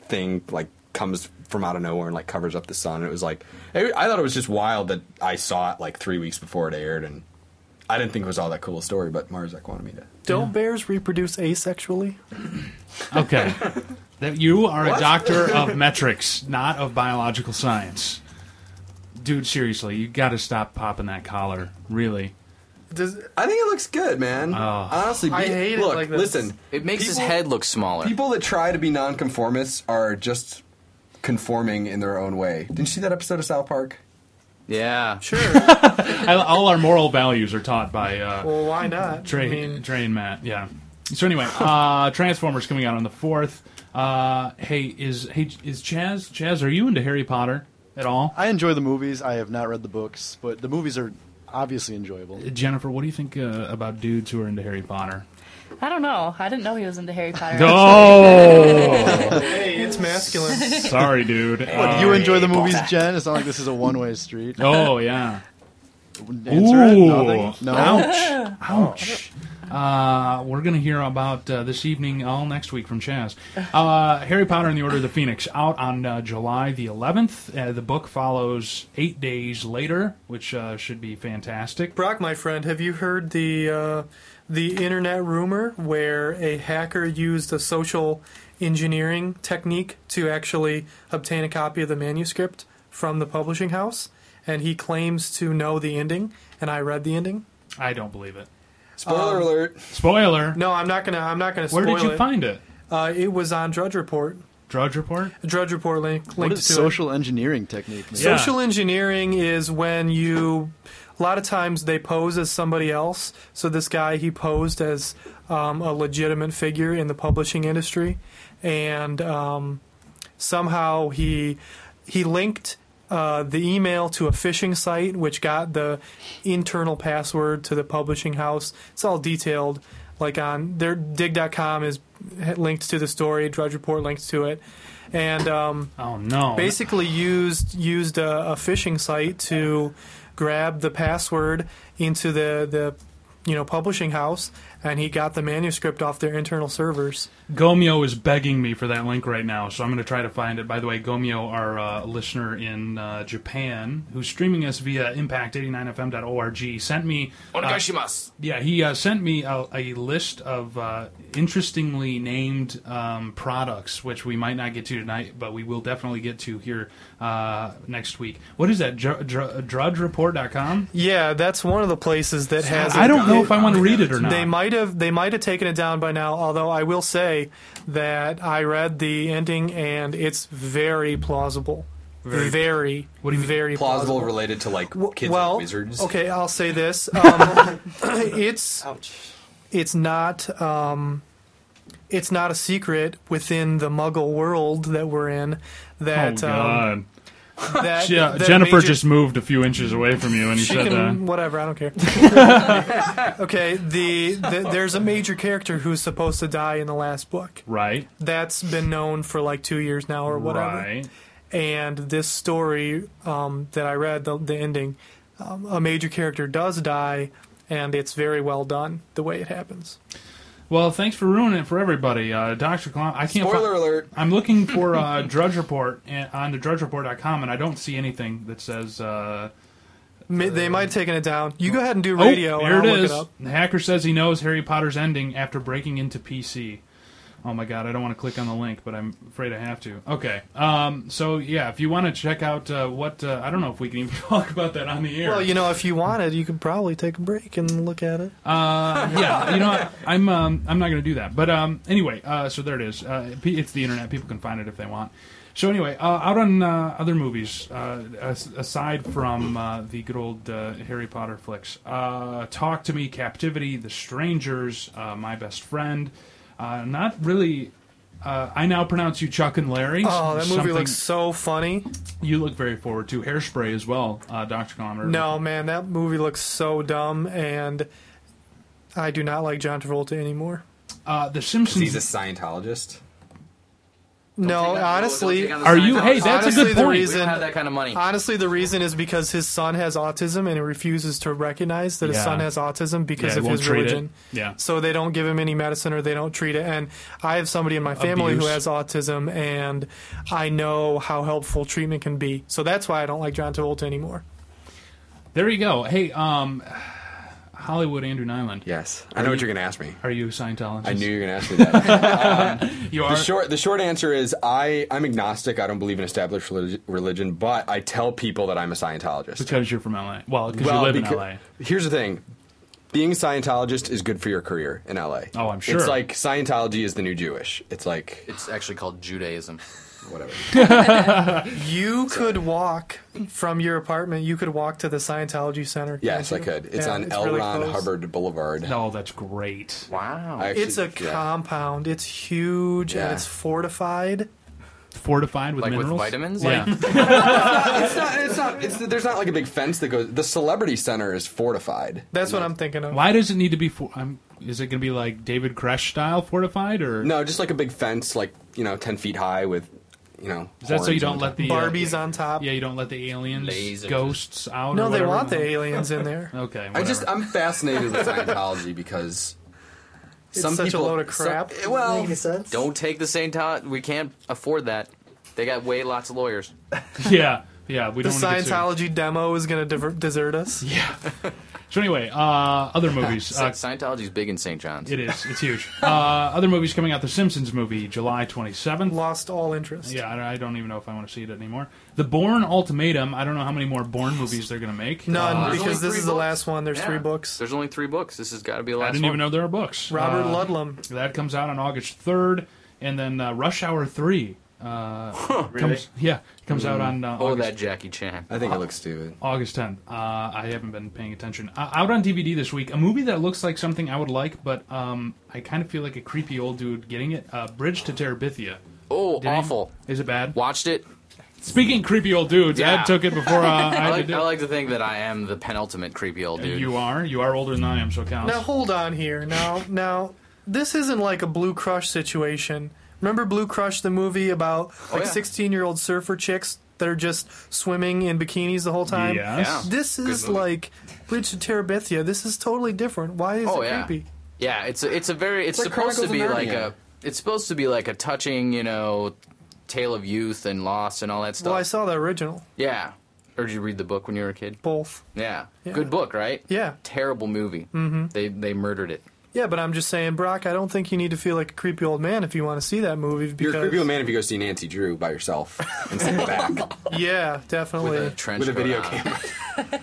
Speaker 5: thing like comes from out of nowhere and like covers up the sun. It was like I I thought it was just wild that I saw it like three weeks before it aired, and I didn't think it was all that cool a story. But Marzak wanted me to.
Speaker 3: Don't bears reproduce asexually?
Speaker 2: Okay, that you are a doctor of metrics, not of biological science. Dude, seriously, you got to stop popping that collar. Really,
Speaker 3: Does,
Speaker 5: I think it looks good, man. Honestly,
Speaker 3: Oh. I
Speaker 5: be-
Speaker 3: hate it
Speaker 5: look,
Speaker 3: like this.
Speaker 5: listen.
Speaker 6: It makes his
Speaker 5: People-
Speaker 6: head look smaller.
Speaker 5: People that try to be nonconformists are just conforming in their own way. Didn't you see that episode of South Park?
Speaker 6: yeah.
Speaker 3: sure.
Speaker 2: I, all our moral values are taught by uh,
Speaker 3: well, why not?
Speaker 2: Trey,
Speaker 3: I mean,
Speaker 2: Trey and Matt. Yeah. So anyway, uh, Transformers coming out on the fourth. Uh, hey, is hey is Chaz? Chaz, are you into Harry Potter at all?
Speaker 4: I enjoy the movies. I have not read the books, but the movies are obviously enjoyable.
Speaker 2: Jennifer, what do you think uh, about dudes who are into Harry Potter?
Speaker 1: I don't know. I didn't know he was into Harry Potter.
Speaker 2: Oh,
Speaker 3: hey, it's masculine.
Speaker 2: sorry, dude. Uh,
Speaker 4: you enjoy the movies, Jen. It's not like this is a one-way street.
Speaker 2: oh yeah.
Speaker 4: Answer it.
Speaker 2: Ooh.
Speaker 4: Nothing. No.
Speaker 2: Ouch. Ouch. Uh, we're going to hear about uh, this evening, all next week from Chaz. Uh, Harry Potter and the Order of the Phoenix, out on uh, July the 11th. Uh, the book follows eight days later, which uh, should be fantastic.
Speaker 3: Brock, my friend, have you heard the uh, the internet rumor where a hacker used a social engineering technique to actually obtain a copy of the manuscript from the publishing house, and he claims to know the ending, and I read the ending.
Speaker 2: I don't believe it.
Speaker 3: Um,
Speaker 5: Spoiler alert.
Speaker 2: Spoiler.
Speaker 3: No, I'm not gonna. I'm not gonna.
Speaker 2: Where
Speaker 3: spoil
Speaker 2: did you
Speaker 3: it.
Speaker 2: find it?
Speaker 3: Uh, it was on Drudge Report.
Speaker 2: Drudge Report?
Speaker 3: Drudge Report link, linked
Speaker 4: What
Speaker 3: to
Speaker 4: is
Speaker 3: it.
Speaker 4: social engineering technique? man?
Speaker 2: Yeah.
Speaker 3: Social engineering is when you, a lot of times they pose as somebody else. So this guy, he posed as um, a legitimate figure in the publishing industry, and um, somehow he he linked uh, the email to a phishing site, which got the internal password to the publishing house. It's all detailed, like on their dig.com is linked to the story. Drudge Report links to it, and. Um,
Speaker 2: Oh, no.
Speaker 3: basically used used a, a phishing site to grabbed the password into the the you know publishing house, and he got the manuscript off their internal servers.
Speaker 2: Gomeo is begging me for that link right now, so I'm going to try to find it. By the way, Gomeo, our uh, listener in uh, Japan, who's streaming us via impact89fm.org, sent me. Uh,
Speaker 6: Onegaishimasu.
Speaker 2: yeah, he uh, sent me a, a list of uh, interestingly named um, products, which we might not get to tonight, but we will definitely get to here uh, next week. What is that? Dr- dr- drudgereport.com?
Speaker 3: Yeah, that's one of the places that has.
Speaker 2: I don't know
Speaker 3: it-
Speaker 2: if I want to read it or not.
Speaker 3: They might have they might have taken it down by now. Although I will say that I read the ending and it's very plausible. Very, very,
Speaker 2: What do you mean?
Speaker 3: very
Speaker 5: plausible related to like
Speaker 3: W-
Speaker 5: kids
Speaker 3: well,
Speaker 5: and wizards.
Speaker 3: okay, I'll say this: um, it's
Speaker 7: Ouch.
Speaker 3: it's not um, it's not a secret within the Muggle world that we're in that
Speaker 2: oh,
Speaker 3: um,
Speaker 2: God.
Speaker 3: that,
Speaker 2: Je-
Speaker 3: that
Speaker 2: Jennifer
Speaker 3: major-
Speaker 2: just moved a few inches away from you, and you
Speaker 3: she
Speaker 2: said
Speaker 3: can-
Speaker 2: that.
Speaker 3: whatever. I don't care. okay, the, the there's a major character who's supposed to die in the last book.
Speaker 2: Right.
Speaker 3: That's been known for like two years now or whatever.
Speaker 2: Right.
Speaker 3: And this story um, that I read, the, the ending, um, a major character does die, and it's very well done the way it happens.
Speaker 2: Well, thanks for ruining it for everybody, uh, Doctor Clown. I can't.
Speaker 5: Spoiler
Speaker 2: fi-
Speaker 5: alert.
Speaker 2: I'm looking for uh, Drudge Report and, on the DrudgeReport.com, and I don't see anything that says. Uh,
Speaker 3: Ma- They might have taken it down. You go ahead and do radio.
Speaker 2: oh,
Speaker 3: and
Speaker 2: here
Speaker 3: I'll
Speaker 2: it
Speaker 3: look
Speaker 2: is.
Speaker 3: It up.
Speaker 2: The hacker says he knows Harry Potter's ending after breaking into PC. Oh my god, I don't want to click on the link, but I'm afraid I have to. Okay. Um, so yeah, if you want to check out uh, what uh, I don't know if we can even talk about that on the air.
Speaker 3: Well, you know, if you wanted, you could probably take a break and look at it.
Speaker 2: Uh, yeah, you know, what? I'm um, I'm not going to do that. But um, anyway, uh, so there it is. Uh, pe- it's the internet; people can find it if they want. So anyway, uh, out on uh, other movies uh, as- aside from uh, the good old uh, Harry Potter flicks, uh, Talk to Me, Captivity, The Strangers, uh, My Best Friend. Uh, not really. Uh, I now pronounce you Chuck and Larry.
Speaker 3: Oh, that movie
Speaker 2: Something
Speaker 3: looks so funny.
Speaker 2: You look very forward to Hairspray as well, uh, Doctor Comer.
Speaker 3: No, man, that movie looks so dumb, and I do not like John Travolta anymore.
Speaker 2: uh, The
Speaker 5: 'Cause he's a
Speaker 2: Simpsons.
Speaker 5: Scientologist.
Speaker 3: no, honestly,
Speaker 2: Are you- hey, that's a
Speaker 3: honestly,
Speaker 2: good
Speaker 3: the
Speaker 2: point. We
Speaker 6: We
Speaker 3: reason,
Speaker 6: don't have that kind of money.
Speaker 3: honestly, the reason is because his son has autism, and he refuses to recognize that his
Speaker 2: Yeah.
Speaker 3: son has autism
Speaker 2: Yeah,
Speaker 3: because
Speaker 2: he
Speaker 3: of
Speaker 2: won't
Speaker 3: his
Speaker 2: treat it.
Speaker 3: religion.
Speaker 2: Yeah.
Speaker 3: So they don't give him any medicine, or they don't treat it. And I have somebody in my family who
Speaker 2: Abuse.
Speaker 3: has autism, and I know how helpful treatment can be. So that's why I don't like John Travolta anymore.
Speaker 2: There you go. Hey, um, Hollywood Andrew Nyland.
Speaker 5: Yes, I know what you're going to ask me.
Speaker 2: Are you a Scientologist?
Speaker 5: I knew you were going to ask me that.
Speaker 2: you
Speaker 5: the
Speaker 2: are.
Speaker 5: short the short answer is I I'm agnostic. I don't believe in established relig- religion, but I tell people that I'm a Scientologist.
Speaker 2: because you're from LA. Well, because
Speaker 5: Well,
Speaker 2: you live
Speaker 5: becau-
Speaker 2: in
Speaker 5: Here's the thing. Being a Scientologist is good for your career in LA.
Speaker 2: Oh, I'm sure.
Speaker 5: It's like Scientology is the new Jewish. It's like
Speaker 6: It's actually called Judaism.
Speaker 5: whatever.
Speaker 3: You could walk from your apartment. You could walk to the Scientology Center.
Speaker 5: Yes, I
Speaker 3: couldn't you?
Speaker 5: could. It's
Speaker 3: Yeah,
Speaker 5: on L.
Speaker 3: really
Speaker 5: Ron
Speaker 3: close.
Speaker 5: Hubbard Boulevard.
Speaker 2: LA. Oh, that's great.
Speaker 6: Wow.
Speaker 5: I actually-
Speaker 3: It's a
Speaker 5: yeah.
Speaker 3: compound. It's huge and
Speaker 5: Yeah.
Speaker 3: it's fortified.
Speaker 2: Fortified with
Speaker 6: Like with
Speaker 2: minerals,
Speaker 6: vitamins?
Speaker 2: Yeah.
Speaker 5: It's not. It's not. It's, there's not like a big fence that goes. The Celebrity Center is fortified.
Speaker 3: That's what I'm thinking of.
Speaker 2: Why does it need to be? For, um, is it going to be like David Koresh style fortified, or
Speaker 5: No, just like a big fence, like you know, ten feet high with, you know.
Speaker 2: is that so you don't let the uh,
Speaker 3: Barbie's on top.
Speaker 2: yeah, you don't let the aliens,
Speaker 6: Lasers.
Speaker 2: ghosts out.
Speaker 3: no,
Speaker 2: or
Speaker 3: they
Speaker 2: whatever?
Speaker 3: want the aliens in there.
Speaker 2: Okay.
Speaker 5: I just
Speaker 2: whatever.
Speaker 5: I'm fascinated with Scientology because
Speaker 3: It's
Speaker 5: some
Speaker 3: such
Speaker 5: people
Speaker 3: a load of crap.
Speaker 5: Some, eh, well,
Speaker 7: Make any sense?
Speaker 6: Don't take the Scientologist. We can't afford that. They got way lots of lawyers.
Speaker 2: yeah, yeah. We
Speaker 3: the
Speaker 2: don't wanna get sued.
Speaker 3: Scientology demo is going to diver- desert us.
Speaker 2: So anyway, uh, other movies.
Speaker 6: Sci-
Speaker 2: uh,
Speaker 6: Scientology's big in St. John's.
Speaker 2: it is. It's huge. Uh, other movies coming out. The Simpsons movie, July twenty seventh.
Speaker 3: Lost all interest.
Speaker 2: Yeah, I I don't even know if I want to see it anymore. The Bourne Ultimatum. I don't know how many more Bourne movies they're going to make.
Speaker 3: None,
Speaker 2: Uh,
Speaker 6: there's only
Speaker 3: because this
Speaker 6: three
Speaker 3: is the
Speaker 6: books.
Speaker 3: last one. There's
Speaker 6: Yeah.
Speaker 3: three books.
Speaker 6: There's only three books. This has got to be the last
Speaker 2: I didn't
Speaker 6: one.
Speaker 2: even know there were books.
Speaker 3: Robert
Speaker 2: Uh,
Speaker 3: Ludlum.
Speaker 2: That comes out on August third, and then uh, Rush Hour three. Uh, comes, yeah, comes out on uh,
Speaker 6: Oh,
Speaker 2: August,
Speaker 6: that Jackie Chan.
Speaker 5: I think it looks stupid.
Speaker 2: August 10th. Uh, I haven't been paying attention. Uh, out on DVD this week, a movie that looks like something I would like, but um, I kind of feel like a creepy old dude getting it. Uh, Bridge to Terabithia.
Speaker 6: Oh,
Speaker 2: Did any-
Speaker 6: awful.
Speaker 2: Is it bad?
Speaker 6: Watched it.
Speaker 2: Speaking creepy old dudes, I
Speaker 6: Yeah.
Speaker 2: took it before uh, I,
Speaker 6: I
Speaker 2: had to
Speaker 6: like,
Speaker 2: do
Speaker 6: I
Speaker 2: it.
Speaker 6: like to think that I am the penultimate creepy old dude.
Speaker 2: You are. You are older than I am, so it counts.
Speaker 3: Now hold on here. Now, now, this isn't like a Blue Crush situation. Remember Blue Crush, the movie about like
Speaker 6: yeah.
Speaker 3: sixteen-year-old surfer chicks that are just swimming in bikinis the whole time.
Speaker 2: Yes. Yeah.
Speaker 3: This is
Speaker 6: movie.
Speaker 3: like Bridge to Terabithia. This is totally different. Why is
Speaker 6: Oh
Speaker 3: it
Speaker 6: yeah,
Speaker 3: creepy?
Speaker 6: yeah. It's a, it's a very it's,
Speaker 5: It's like
Speaker 6: supposed to be
Speaker 5: Chronicles of
Speaker 6: like
Speaker 5: Narnia.
Speaker 6: a it's supposed to be like a touching you know tale of youth and loss and all that stuff.
Speaker 3: Well, I saw the original.
Speaker 6: yeah. Or did you read the book when you were a kid?
Speaker 3: Both.
Speaker 6: Yeah. Good book, right?
Speaker 3: Yeah.
Speaker 6: Terrible movie. Mm-hmm. They they murdered it.
Speaker 3: Yeah, but I'm just saying, Brock, I don't think you need to feel like a creepy old man if you want to see that movie. Because,
Speaker 5: You're a creepy old man if you go see Nancy Drew by yourself and sit back
Speaker 3: Yeah, definitely.
Speaker 6: With a trench
Speaker 5: with a video
Speaker 6: coat on
Speaker 5: camera.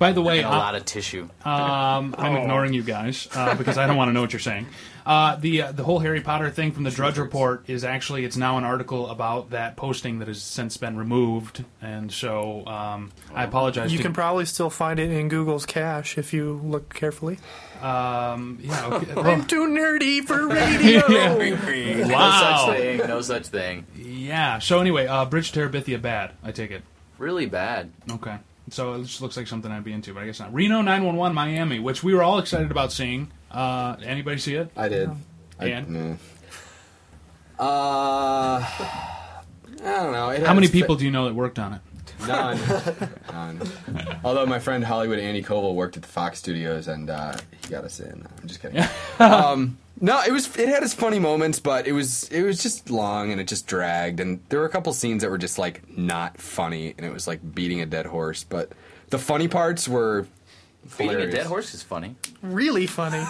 Speaker 2: By the way,
Speaker 6: and a
Speaker 2: I-
Speaker 6: lot of tissue.
Speaker 2: Um, I'm ignoring you guys uh, because I don't want to know what you're saying. Uh, the uh, the whole Harry Potter thing from the Drudge Report is actually it's now an article about that posting that has since been removed, and so um, I apologize.
Speaker 3: you
Speaker 2: to,
Speaker 3: can probably still find it in Google's cache if you look carefully.
Speaker 2: um, yeah. Okay, well,
Speaker 3: Too nerdy for radio.
Speaker 6: No
Speaker 2: wow.
Speaker 6: such thing. No such thing.
Speaker 2: Yeah. So anyway, uh, Bridge to Terabithia bad. I take it.
Speaker 6: Really bad.
Speaker 2: Okay. So it just looks like something I'd be into, but I guess not. Reno 911 Miami, which we were all excited about seeing. Uh, anybody see it?
Speaker 5: I did. I,
Speaker 2: And?
Speaker 5: nah. Uh, I don't know. It
Speaker 2: How many
Speaker 5: has fi-
Speaker 2: people do you know that worked on it?
Speaker 5: None. None. Although my friend Hollywood Andy Koval worked at the Fox Studios and uh, he got us in. I'm just kidding. um, no, it was it had its funny moments, but it was it was just long and it just dragged. And there were a couple scenes that were just like not funny, and it was like beating a dead horse. But the funny parts were
Speaker 6: Beating a
Speaker 5: hilarious.
Speaker 6: dead horse is funny.
Speaker 3: really funny.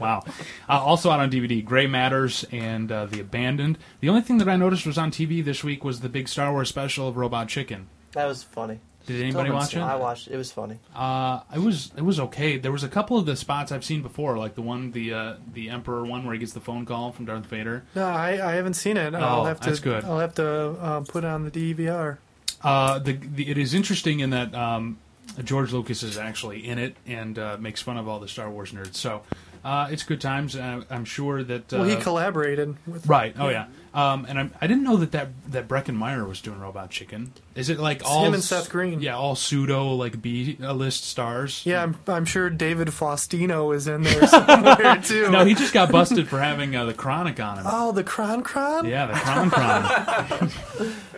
Speaker 2: Wow. Uh, also out on DVD, Gray Matters and uh, The Abandoned. The only thing that I noticed was on TV this week was the big Star Wars special of Robot Chicken.
Speaker 7: That was funny.
Speaker 2: Did anybody watch it?
Speaker 7: I
Speaker 2: Uh,
Speaker 7: watched it. It was funny.
Speaker 2: it was it was okay. There was a couple of the spots I've seen before, like the one the uh, the Emperor one where he gets the phone call from Darth Vader.
Speaker 3: No, I, I haven't seen it. I'll have to.
Speaker 2: Oh, that's good.
Speaker 3: I'll have to uh, put it on the DVR.
Speaker 2: Uh, the, the it is interesting in that um, George Lucas is actually in it and uh, makes fun of all the Star Wars nerds. So uh, it's good times. And I- I'm sure that uh,
Speaker 3: Well, he collaborated with.
Speaker 2: Right. Oh yeah. Um, and I'm, I didn't know that that that Brecken Meyer was doing Robot Chicken. Is it like all
Speaker 3: him and
Speaker 2: s-
Speaker 3: Seth Green.
Speaker 2: Yeah, all pseudo like B list stars.
Speaker 3: Yeah, I'm, I'm sure David Faustino is in there somewhere too.
Speaker 2: No, he just got busted for having uh, the Chronic on him.
Speaker 3: Oh, the Cron Cron.
Speaker 2: Yeah, the Cron Cron. uh,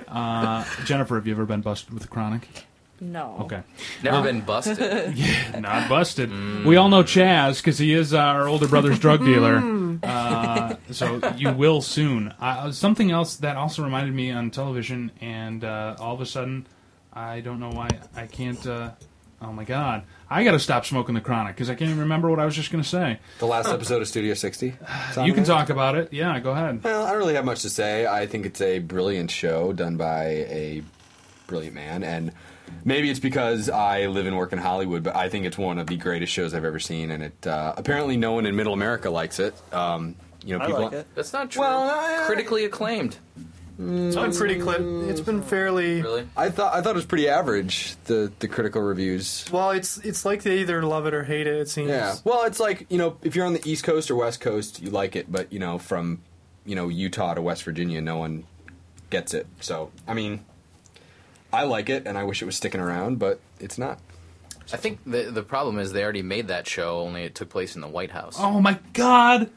Speaker 2: Jennifer, have you ever been busted with the Chronic?
Speaker 1: No.
Speaker 2: Okay,
Speaker 6: Never been busted.
Speaker 2: not busted. We all know Chaz because he is our older brother's drug dealer. Uh, so you will soon. Uh, something else that also reminded me on television, and uh, all of a sudden, I don't know why I can't. Uh, oh my god, I got to stop smoking the chronic because I can't even remember what I was just going to say.
Speaker 5: The last episode of Studio 60.
Speaker 2: You can talk about it. Yeah, go ahead.
Speaker 5: Well, I don't really have much to say. I think it's a brilliant show done by a brilliant man, and maybe it's because I live and work in Hollywood, but I think it's one of the greatest shows I've ever seen, and it uh, apparently no one in Middle America likes it. Um, you know,
Speaker 8: I
Speaker 5: people.
Speaker 8: like it.
Speaker 6: That's not true.
Speaker 5: Well, I-
Speaker 2: uh,
Speaker 6: Critically acclaimed.
Speaker 3: It's been pretty clip. It's
Speaker 5: Mm.
Speaker 3: been fairly.
Speaker 6: Really?
Speaker 5: I thought I thought it was pretty average. The the critical reviews.
Speaker 3: Well, it's it's like they either love it or hate it. It seems.
Speaker 5: Yeah. Well, it's like you know, if you're on the East Coast or West Coast, you like it, but you know, from you know Utah to West Virginia, no one gets it. So, I mean, I like it, and I wish it was sticking around, but it's not.
Speaker 6: I think the the problem is they already made that show, only it took place in the White House.
Speaker 2: Oh my god.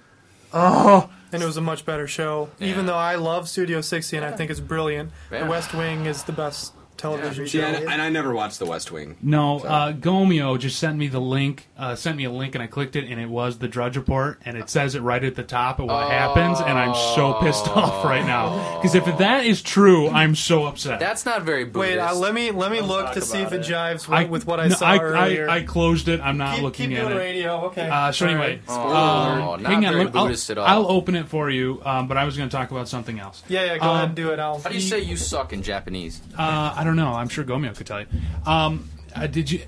Speaker 3: And it was a much better show, even
Speaker 6: Yeah.
Speaker 3: though I love Studio 60 and I think it's brilliant.
Speaker 6: Yeah.
Speaker 3: The West Wing is the best television show.
Speaker 5: Yeah, and, and I never watched The West Wing.
Speaker 2: No, uh, Gomeo just sent me the link. Uh, sent me a link, and I clicked it, and it was the Drudge Report, and it says it right at the top of what happens, and I'm so pissed off right now because if that is true, I'm so upset.
Speaker 6: That's not very Buddhist.
Speaker 3: Wait, uh, let me let me look
Speaker 8: talk
Speaker 3: to see if
Speaker 8: about
Speaker 3: it
Speaker 8: it.
Speaker 3: jives
Speaker 2: I-
Speaker 3: with what I
Speaker 2: no,
Speaker 3: saw
Speaker 2: I,
Speaker 3: earlier.
Speaker 2: I, I closed it. I'm not
Speaker 3: keep
Speaker 2: looking
Speaker 3: keep
Speaker 2: at
Speaker 3: doing
Speaker 2: it.
Speaker 3: radio, okay.
Speaker 2: Uh, so
Speaker 3: All
Speaker 2: anyway,
Speaker 3: right.
Speaker 6: Oh,
Speaker 2: uh,
Speaker 6: not
Speaker 2: hang on.
Speaker 6: very
Speaker 2: let- I'll,
Speaker 6: Buddhist at all.
Speaker 2: I'll open it for you, um, but I was going to talk about something else.
Speaker 3: yeah, yeah, go
Speaker 2: Um,
Speaker 3: ahead and do it. I'll.
Speaker 6: How do you say you suck in Japanese?
Speaker 2: Uh, I don't know. I'm sure Gomeo could tell you. Um, uh, did you?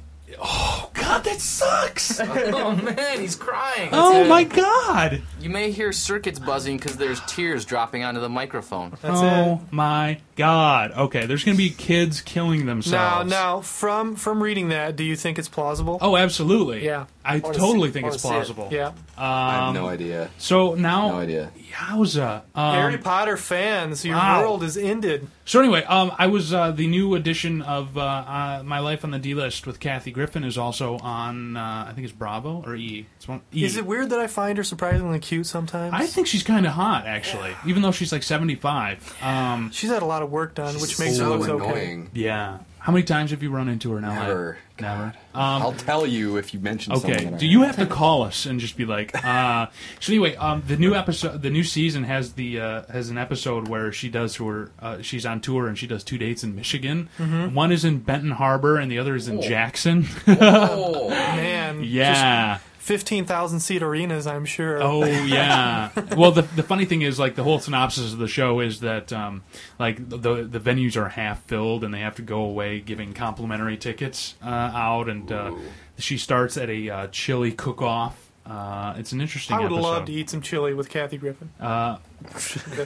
Speaker 2: Oh God, that sucks!
Speaker 6: oh man, he's crying.
Speaker 2: oh my God!
Speaker 6: You may hear circuits buzzing because there's tears dropping onto the microphone.
Speaker 2: oh my god. Okay, there's going to be kids killing
Speaker 3: now,
Speaker 2: themselves.
Speaker 3: now, from from reading that, do you think it's plausible?
Speaker 2: Oh, absolutely.
Speaker 3: Yeah.
Speaker 2: I
Speaker 7: wanna
Speaker 2: totally
Speaker 7: see-
Speaker 2: think
Speaker 7: I
Speaker 2: it's
Speaker 7: wanna see it.
Speaker 2: plausible.
Speaker 3: yeah.
Speaker 5: I have no idea.
Speaker 2: So now,
Speaker 5: No idea.
Speaker 2: Yowza. Um,
Speaker 3: Harry Potter fans, your
Speaker 2: wow.
Speaker 3: world is ended.
Speaker 2: So anyway, um, I was uh, the new edition of uh, uh, My Life on the D List with Kathy Griffin is also on. Uh, I think it's Bravo or E. It's one, e.
Speaker 3: Is it weird that I find her surprisingly cute sometimes?
Speaker 2: I think she's kind of hot, actually, even though she's like 75. Um,
Speaker 3: she's had a lot of worked on, which makes
Speaker 5: so
Speaker 3: it look okay.
Speaker 5: annoying.
Speaker 2: Yeah. How many times have you run into her in LA?
Speaker 5: Never.
Speaker 2: Never.
Speaker 5: I'll tell you if you mention something.
Speaker 2: Okay.
Speaker 5: that I
Speaker 2: Do you have to call us and just be like, uh so anyway, um the new episode the new season has the uh has an episode where she does her uh, she's on tour and she does two dates in Michigan. One is in Benton Harbor and the other is in Jackson.
Speaker 5: Oh,
Speaker 3: Man,
Speaker 2: yeah.
Speaker 3: fifteen thousand seat arenas, I'm sure.
Speaker 2: Oh yeah. well, the the funny thing is, like the whole synopsis of the show is that um, like the the venues are half filled and they have to go away giving complimentary tickets uh, out, and uh, she starts at a uh, chili cook off. Uh, it's an interesting.
Speaker 3: I would
Speaker 2: episode.
Speaker 3: love to eat some chili with Kathy Griffin.
Speaker 8: Write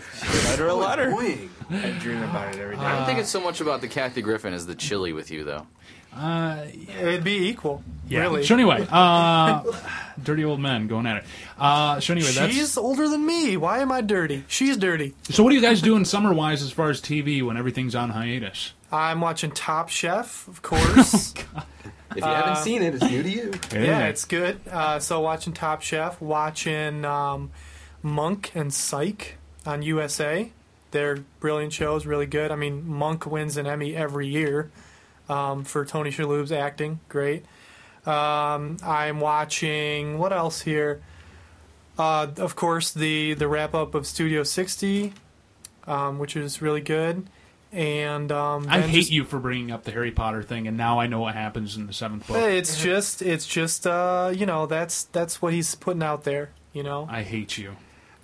Speaker 8: her a letter.
Speaker 9: I dream about it every day.
Speaker 6: I don't think it's so much about the Kathy Griffin as the chili with you, though.
Speaker 3: It'd be equal,
Speaker 2: Uh, Yeah.
Speaker 3: really.
Speaker 2: So anyway, uh, dirty old men going at it. Uh, so anyway, that's
Speaker 3: She's older than me. Why am I dirty? She's dirty.
Speaker 2: so. What are you guys doing summer wise as far as TV when everything's on hiatus?
Speaker 3: I'm watching Top Chef, of course.
Speaker 5: if you haven't seen it, it's new to you.
Speaker 3: yeah, it's good. Uh, so watching Top Chef, watching um, Monk and Psych on USA. They're brilliant shows, really good. I mean, Monk wins an Emmy every year um, for Tony Shalhoub's acting. Great. Um, I'm watching what else here? Uh, of course, the the wrap up of Studio 60, um, which is really good. And um,
Speaker 2: I
Speaker 3: then
Speaker 2: hate
Speaker 3: just-
Speaker 2: you for bringing up the Harry Potter thing, and now I know what happens in the seventh book.
Speaker 3: Hey, it's just it's just uh, you know that's that's what he's putting out there. You know,
Speaker 2: I hate you.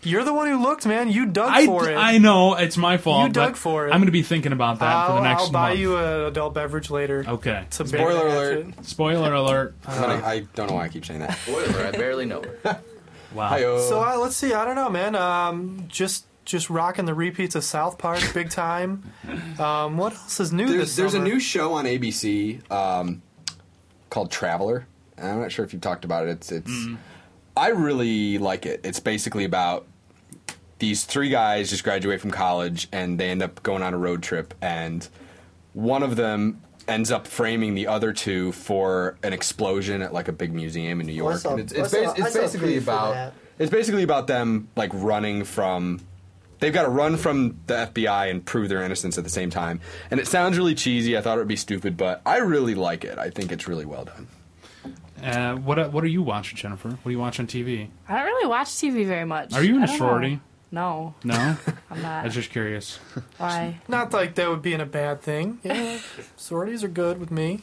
Speaker 3: you're the one who looked, man. You dug
Speaker 2: I,
Speaker 3: for it.
Speaker 2: I know it's my fault.
Speaker 3: You dug
Speaker 2: but
Speaker 3: for it.
Speaker 2: I'm going to be thinking about that for
Speaker 3: I'll,
Speaker 2: the next
Speaker 3: I'll buy
Speaker 2: month.
Speaker 3: you an adult beverage later.
Speaker 2: okay.
Speaker 3: To bear
Speaker 5: Spoiler
Speaker 3: that
Speaker 5: alert.
Speaker 3: shit.
Speaker 2: Spoiler alert.
Speaker 5: I'm gonna- I don't know why I keep saying that.
Speaker 6: Spoiler, I barely know her.
Speaker 2: Wow.
Speaker 5: Hi-yo.
Speaker 3: So uh, let's see. I don't know, man. Um, just just rocking the repeats of South Park big time. Um, what else is new
Speaker 5: there's
Speaker 3: this
Speaker 5: there's a
Speaker 3: summer?
Speaker 5: new show on ABC um, called Traveler. And I'm not sure if you've talked about it. It's it's
Speaker 3: Mm-hmm.
Speaker 5: I really like it. It's basically about these three guys just graduate from college and they end up going on a road trip and one of them ends up framing the other two for an explosion at like a big museum in New York.
Speaker 7: saw-
Speaker 5: And it's, it's,
Speaker 7: I saw-
Speaker 5: bas-
Speaker 7: I
Speaker 5: it's
Speaker 7: saw a
Speaker 5: basically
Speaker 7: preview for
Speaker 5: about
Speaker 7: that.
Speaker 5: it's basically about them like running from they've got to run from the FBI and prove their innocence at the same time. And it sounds really cheesy. I thought it would be stupid, but I really like it. I think it's really well done.
Speaker 2: Uh, what What are you watching, Jennifer? What do you watch on TV?
Speaker 1: I don't really watch TV very much.
Speaker 2: Are you in
Speaker 1: I
Speaker 2: a
Speaker 1: don't
Speaker 2: sorority?
Speaker 1: know. No,
Speaker 2: No,
Speaker 1: I'm
Speaker 2: I was
Speaker 1: not.
Speaker 2: just curious.
Speaker 1: Why?
Speaker 3: Not like that would be in a bad thing. Yeah, sorties are good with me.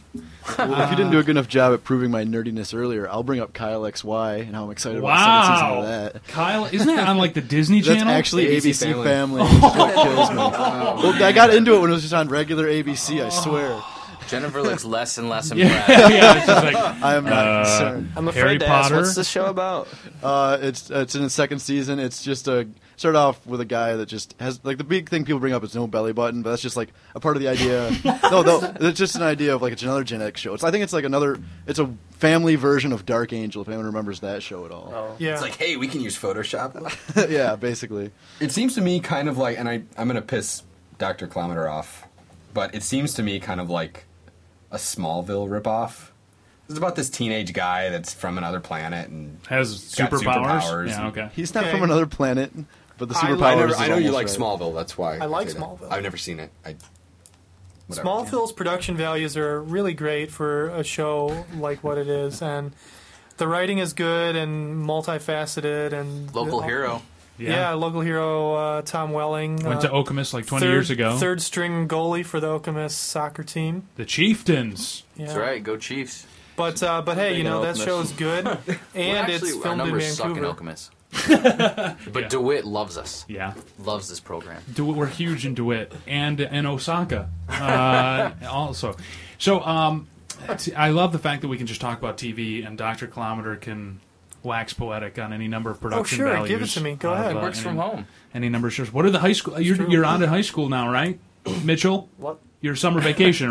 Speaker 4: Well, if you didn't do a good enough job at proving my nerdiness earlier, I'll bring up Kyle XY and how I'm excited about the second
Speaker 2: Wow,
Speaker 4: season of that.
Speaker 2: Kyle, isn't that on like the Disney
Speaker 4: That's
Speaker 2: Channel?
Speaker 4: actually
Speaker 5: ABC
Speaker 4: ABC,
Speaker 5: Family.
Speaker 4: Family. It just kinda kills me. Well, I got into it when it was just on regular ABC. I swear,
Speaker 6: Jennifer looks less and less impressed.
Speaker 2: yeah, yeah. It's just like
Speaker 4: I am not
Speaker 2: Uh,
Speaker 4: concerned.
Speaker 8: I'm afraid
Speaker 2: Harry
Speaker 8: to ask,
Speaker 2: Potter?
Speaker 8: what's this show about?
Speaker 4: Uh, it's it's in the second season. It's just a start off with a guy that just has like the big thing people bring up is no belly button, but that's just like a part of the idea. no, no, it's just an idea of like it's another genetic show. It's I think it's like another. It's a family version of Dark Angel. If anyone remembers that show at all,
Speaker 3: Yeah,
Speaker 5: It's like, hey, we can use Photoshop.
Speaker 4: yeah, basically.
Speaker 5: it seems to me kind of like, and I, I'm going to piss Dr. Kilometer off, but it seems to me kind of like a Smallville ripoff. It's about this teenage guy that's from another planet, and
Speaker 2: has
Speaker 5: got
Speaker 2: superpowers.
Speaker 5: superpowers.
Speaker 2: Yeah, okay.
Speaker 4: He's not
Speaker 3: Okay.
Speaker 4: from another planet, but the
Speaker 3: I
Speaker 4: superpowers.
Speaker 3: like-
Speaker 5: I, never,
Speaker 4: Oh, is
Speaker 5: I know you like
Speaker 4: almost right.
Speaker 5: Smallville. That's why I
Speaker 3: like
Speaker 5: say that.
Speaker 3: Smallville.
Speaker 5: I've never seen it. I, whatever.
Speaker 3: Smallville's production values are really great for a show like what it is, and the writing is good and multifaceted and uh,
Speaker 6: Local hero.
Speaker 3: Yeah, local hero uh, Tom Welling
Speaker 2: Went
Speaker 3: uh,
Speaker 2: to Okemos like 20
Speaker 3: third-
Speaker 2: years ago.
Speaker 3: Third string goalie for the Okemos soccer team.
Speaker 2: The Chieftains.
Speaker 3: Yeah.
Speaker 6: That's right. Go Chiefs.
Speaker 3: But uh, but hey, you know that
Speaker 8: Okemos.
Speaker 3: show is good, and
Speaker 6: Well,
Speaker 3: it's
Speaker 6: actually, our
Speaker 3: filmed in
Speaker 6: numbers suck in
Speaker 3: Vancouver.
Speaker 6: Alchemist. but DeWitt loves us.
Speaker 2: Yeah.
Speaker 6: Loves this program.
Speaker 2: Du- we're huge in DeWitt and in Osaka uh, also. So um, t- I love the fact that we can just talk about TV and Dr. Kilometer can wax poetic on any number of production
Speaker 3: Oh, sure,
Speaker 2: values.
Speaker 3: give it to me. Go
Speaker 2: of,
Speaker 3: ahead.
Speaker 2: uh,
Speaker 6: Works
Speaker 2: any,
Speaker 6: from home.
Speaker 2: Any number of shows. What are the high school? You're, you're on to high school now, right? Mitchell,
Speaker 7: What?
Speaker 2: your summer vacation,